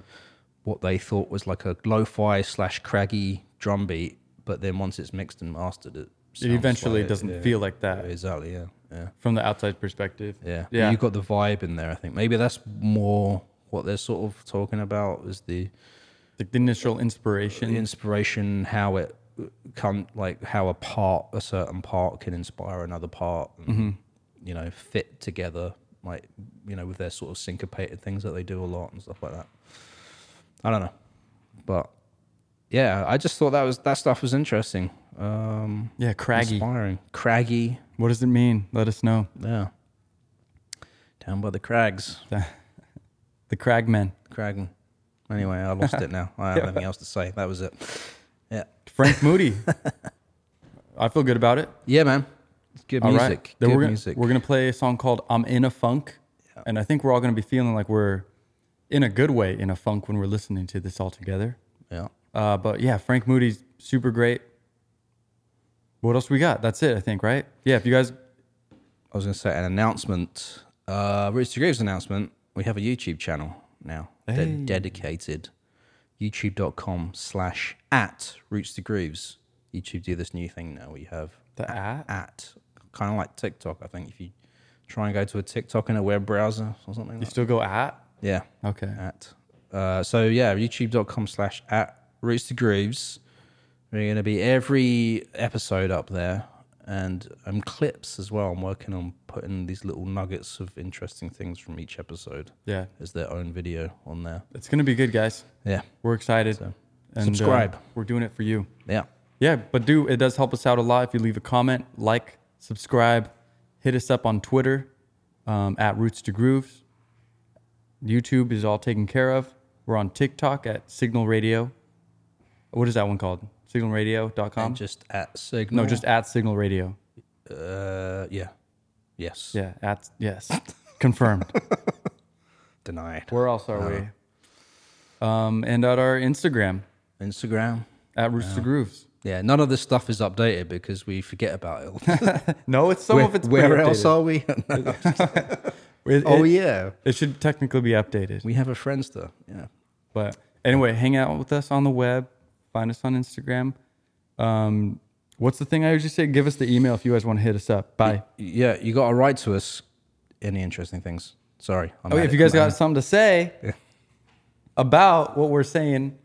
[SPEAKER 2] what they thought was like a lo-fi slash craggy drum beat, but then once it's mixed and mastered, it sounds
[SPEAKER 1] eventually doesn't
[SPEAKER 2] yeah.
[SPEAKER 1] feel like that.
[SPEAKER 2] Exactly. Yeah. Yeah.
[SPEAKER 1] from the outside perspective.
[SPEAKER 2] Yeah.
[SPEAKER 1] Yeah.
[SPEAKER 2] You got the vibe in there. I think maybe that's more what they're sort of talking about is the
[SPEAKER 1] Like the initial inspiration.
[SPEAKER 2] the inspiration, how it come like how a part, a certain part can inspire another part, and,
[SPEAKER 1] Mm-hmm.
[SPEAKER 2] you know, fit together, like you know, with their sort of syncopated things that they do a lot and stuff like that. I don't know, but yeah, I just thought that was that stuff was interesting, um,
[SPEAKER 1] yeah, craggy.
[SPEAKER 2] inspiring, craggy,
[SPEAKER 1] What does it mean? Let us know.
[SPEAKER 2] yeah, down by the crags,
[SPEAKER 1] The Cragmen.
[SPEAKER 2] cragging. Anyway, I lost it now. I have nothing else to say. That was it. Yeah.
[SPEAKER 1] Frank Moody. I feel good about it.
[SPEAKER 2] Yeah, man. It's good
[SPEAKER 1] All right.
[SPEAKER 2] music.
[SPEAKER 1] Then
[SPEAKER 2] Good
[SPEAKER 1] we're gonna,
[SPEAKER 2] music.
[SPEAKER 1] We're gonna play a song called "I'm in a Funk," and I think we're all gonna be feeling like we're in a good way in a funk when we're listening to this all together.
[SPEAKER 2] yeah.
[SPEAKER 1] Uh, but yeah, Frank Moody's super great. What else we got? That's it, I think, right? Yeah. If you guys,
[SPEAKER 2] I was going to say an announcement. Uh, Rooster Groove's announcement. We have a YouTube channel now. They're dedicated. YouTube.com slash at Roots to Grooves. YouTube do this new thing now. We have
[SPEAKER 1] The at?
[SPEAKER 2] At. Kind of like TikTok, I think. If you try and go to a TikTok in a web browser or something like
[SPEAKER 1] you still go at
[SPEAKER 2] Yeah.
[SPEAKER 1] Okay.
[SPEAKER 2] At. Uh, so yeah, youtube.com slash at roots to grooves. We're going to be every episode up there and um, clips as well. I'm working on putting these little nuggets of interesting things from each episode
[SPEAKER 1] yeah,
[SPEAKER 2] as their own video on there.
[SPEAKER 1] it's gonna be good, guys.
[SPEAKER 2] Yeah.
[SPEAKER 1] We're excited. And, uh,
[SPEAKER 2] subscribe.
[SPEAKER 1] we're doing it for you.
[SPEAKER 2] Yeah.
[SPEAKER 1] Yeah, but do it does help us out a lot if you leave a comment, like, subscribe, hit us up on Twitter um, at Roots to Grooves. YouTube is all taken care of. We're on TikTok at Signal Radio. What is that one called?
[SPEAKER 2] And
[SPEAKER 1] SignalRadio.com.
[SPEAKER 2] just at signal.
[SPEAKER 1] Um, No, just at Signal Radio.
[SPEAKER 2] Uh, yeah. Yes.
[SPEAKER 1] Yeah, at yes, confirmed.
[SPEAKER 2] Denied.
[SPEAKER 1] Where else are we? Um, and at our Instagram
[SPEAKER 2] Instagram.
[SPEAKER 1] at Roots to Grooves.
[SPEAKER 2] Yeah. None of this stuff is updated because we forget about it.
[SPEAKER 1] No, it's some
[SPEAKER 2] where
[SPEAKER 1] of it's
[SPEAKER 2] where
[SPEAKER 1] been
[SPEAKER 2] else
[SPEAKER 1] updated.
[SPEAKER 2] are we?
[SPEAKER 1] It-
[SPEAKER 2] oh,
[SPEAKER 1] it-
[SPEAKER 2] yeah.
[SPEAKER 1] It should technically be updated.
[SPEAKER 2] We have a Friendster. Yeah.
[SPEAKER 1] But anyway, hang out with us on the web. Find us on Instagram. Um, what's the thing I usually say? Give us the email if you guys want to hit us up. Bye.
[SPEAKER 2] Yeah, you got to write to us. Any interesting things? Sorry. I'm
[SPEAKER 1] Oh,
[SPEAKER 2] at
[SPEAKER 1] if
[SPEAKER 2] it.
[SPEAKER 1] you guys
[SPEAKER 2] I'm
[SPEAKER 1] got something to say about what we're saying,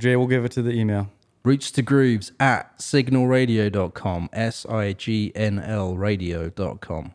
[SPEAKER 1] Jay will give it to the email.
[SPEAKER 2] Roots to Grooves at signalradio.com. S I G N L radio.com.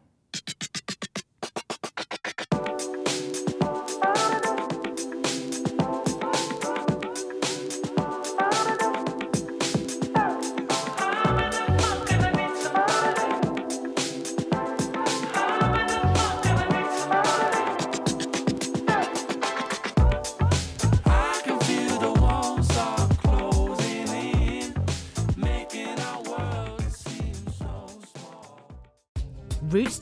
[SPEAKER 4] Roots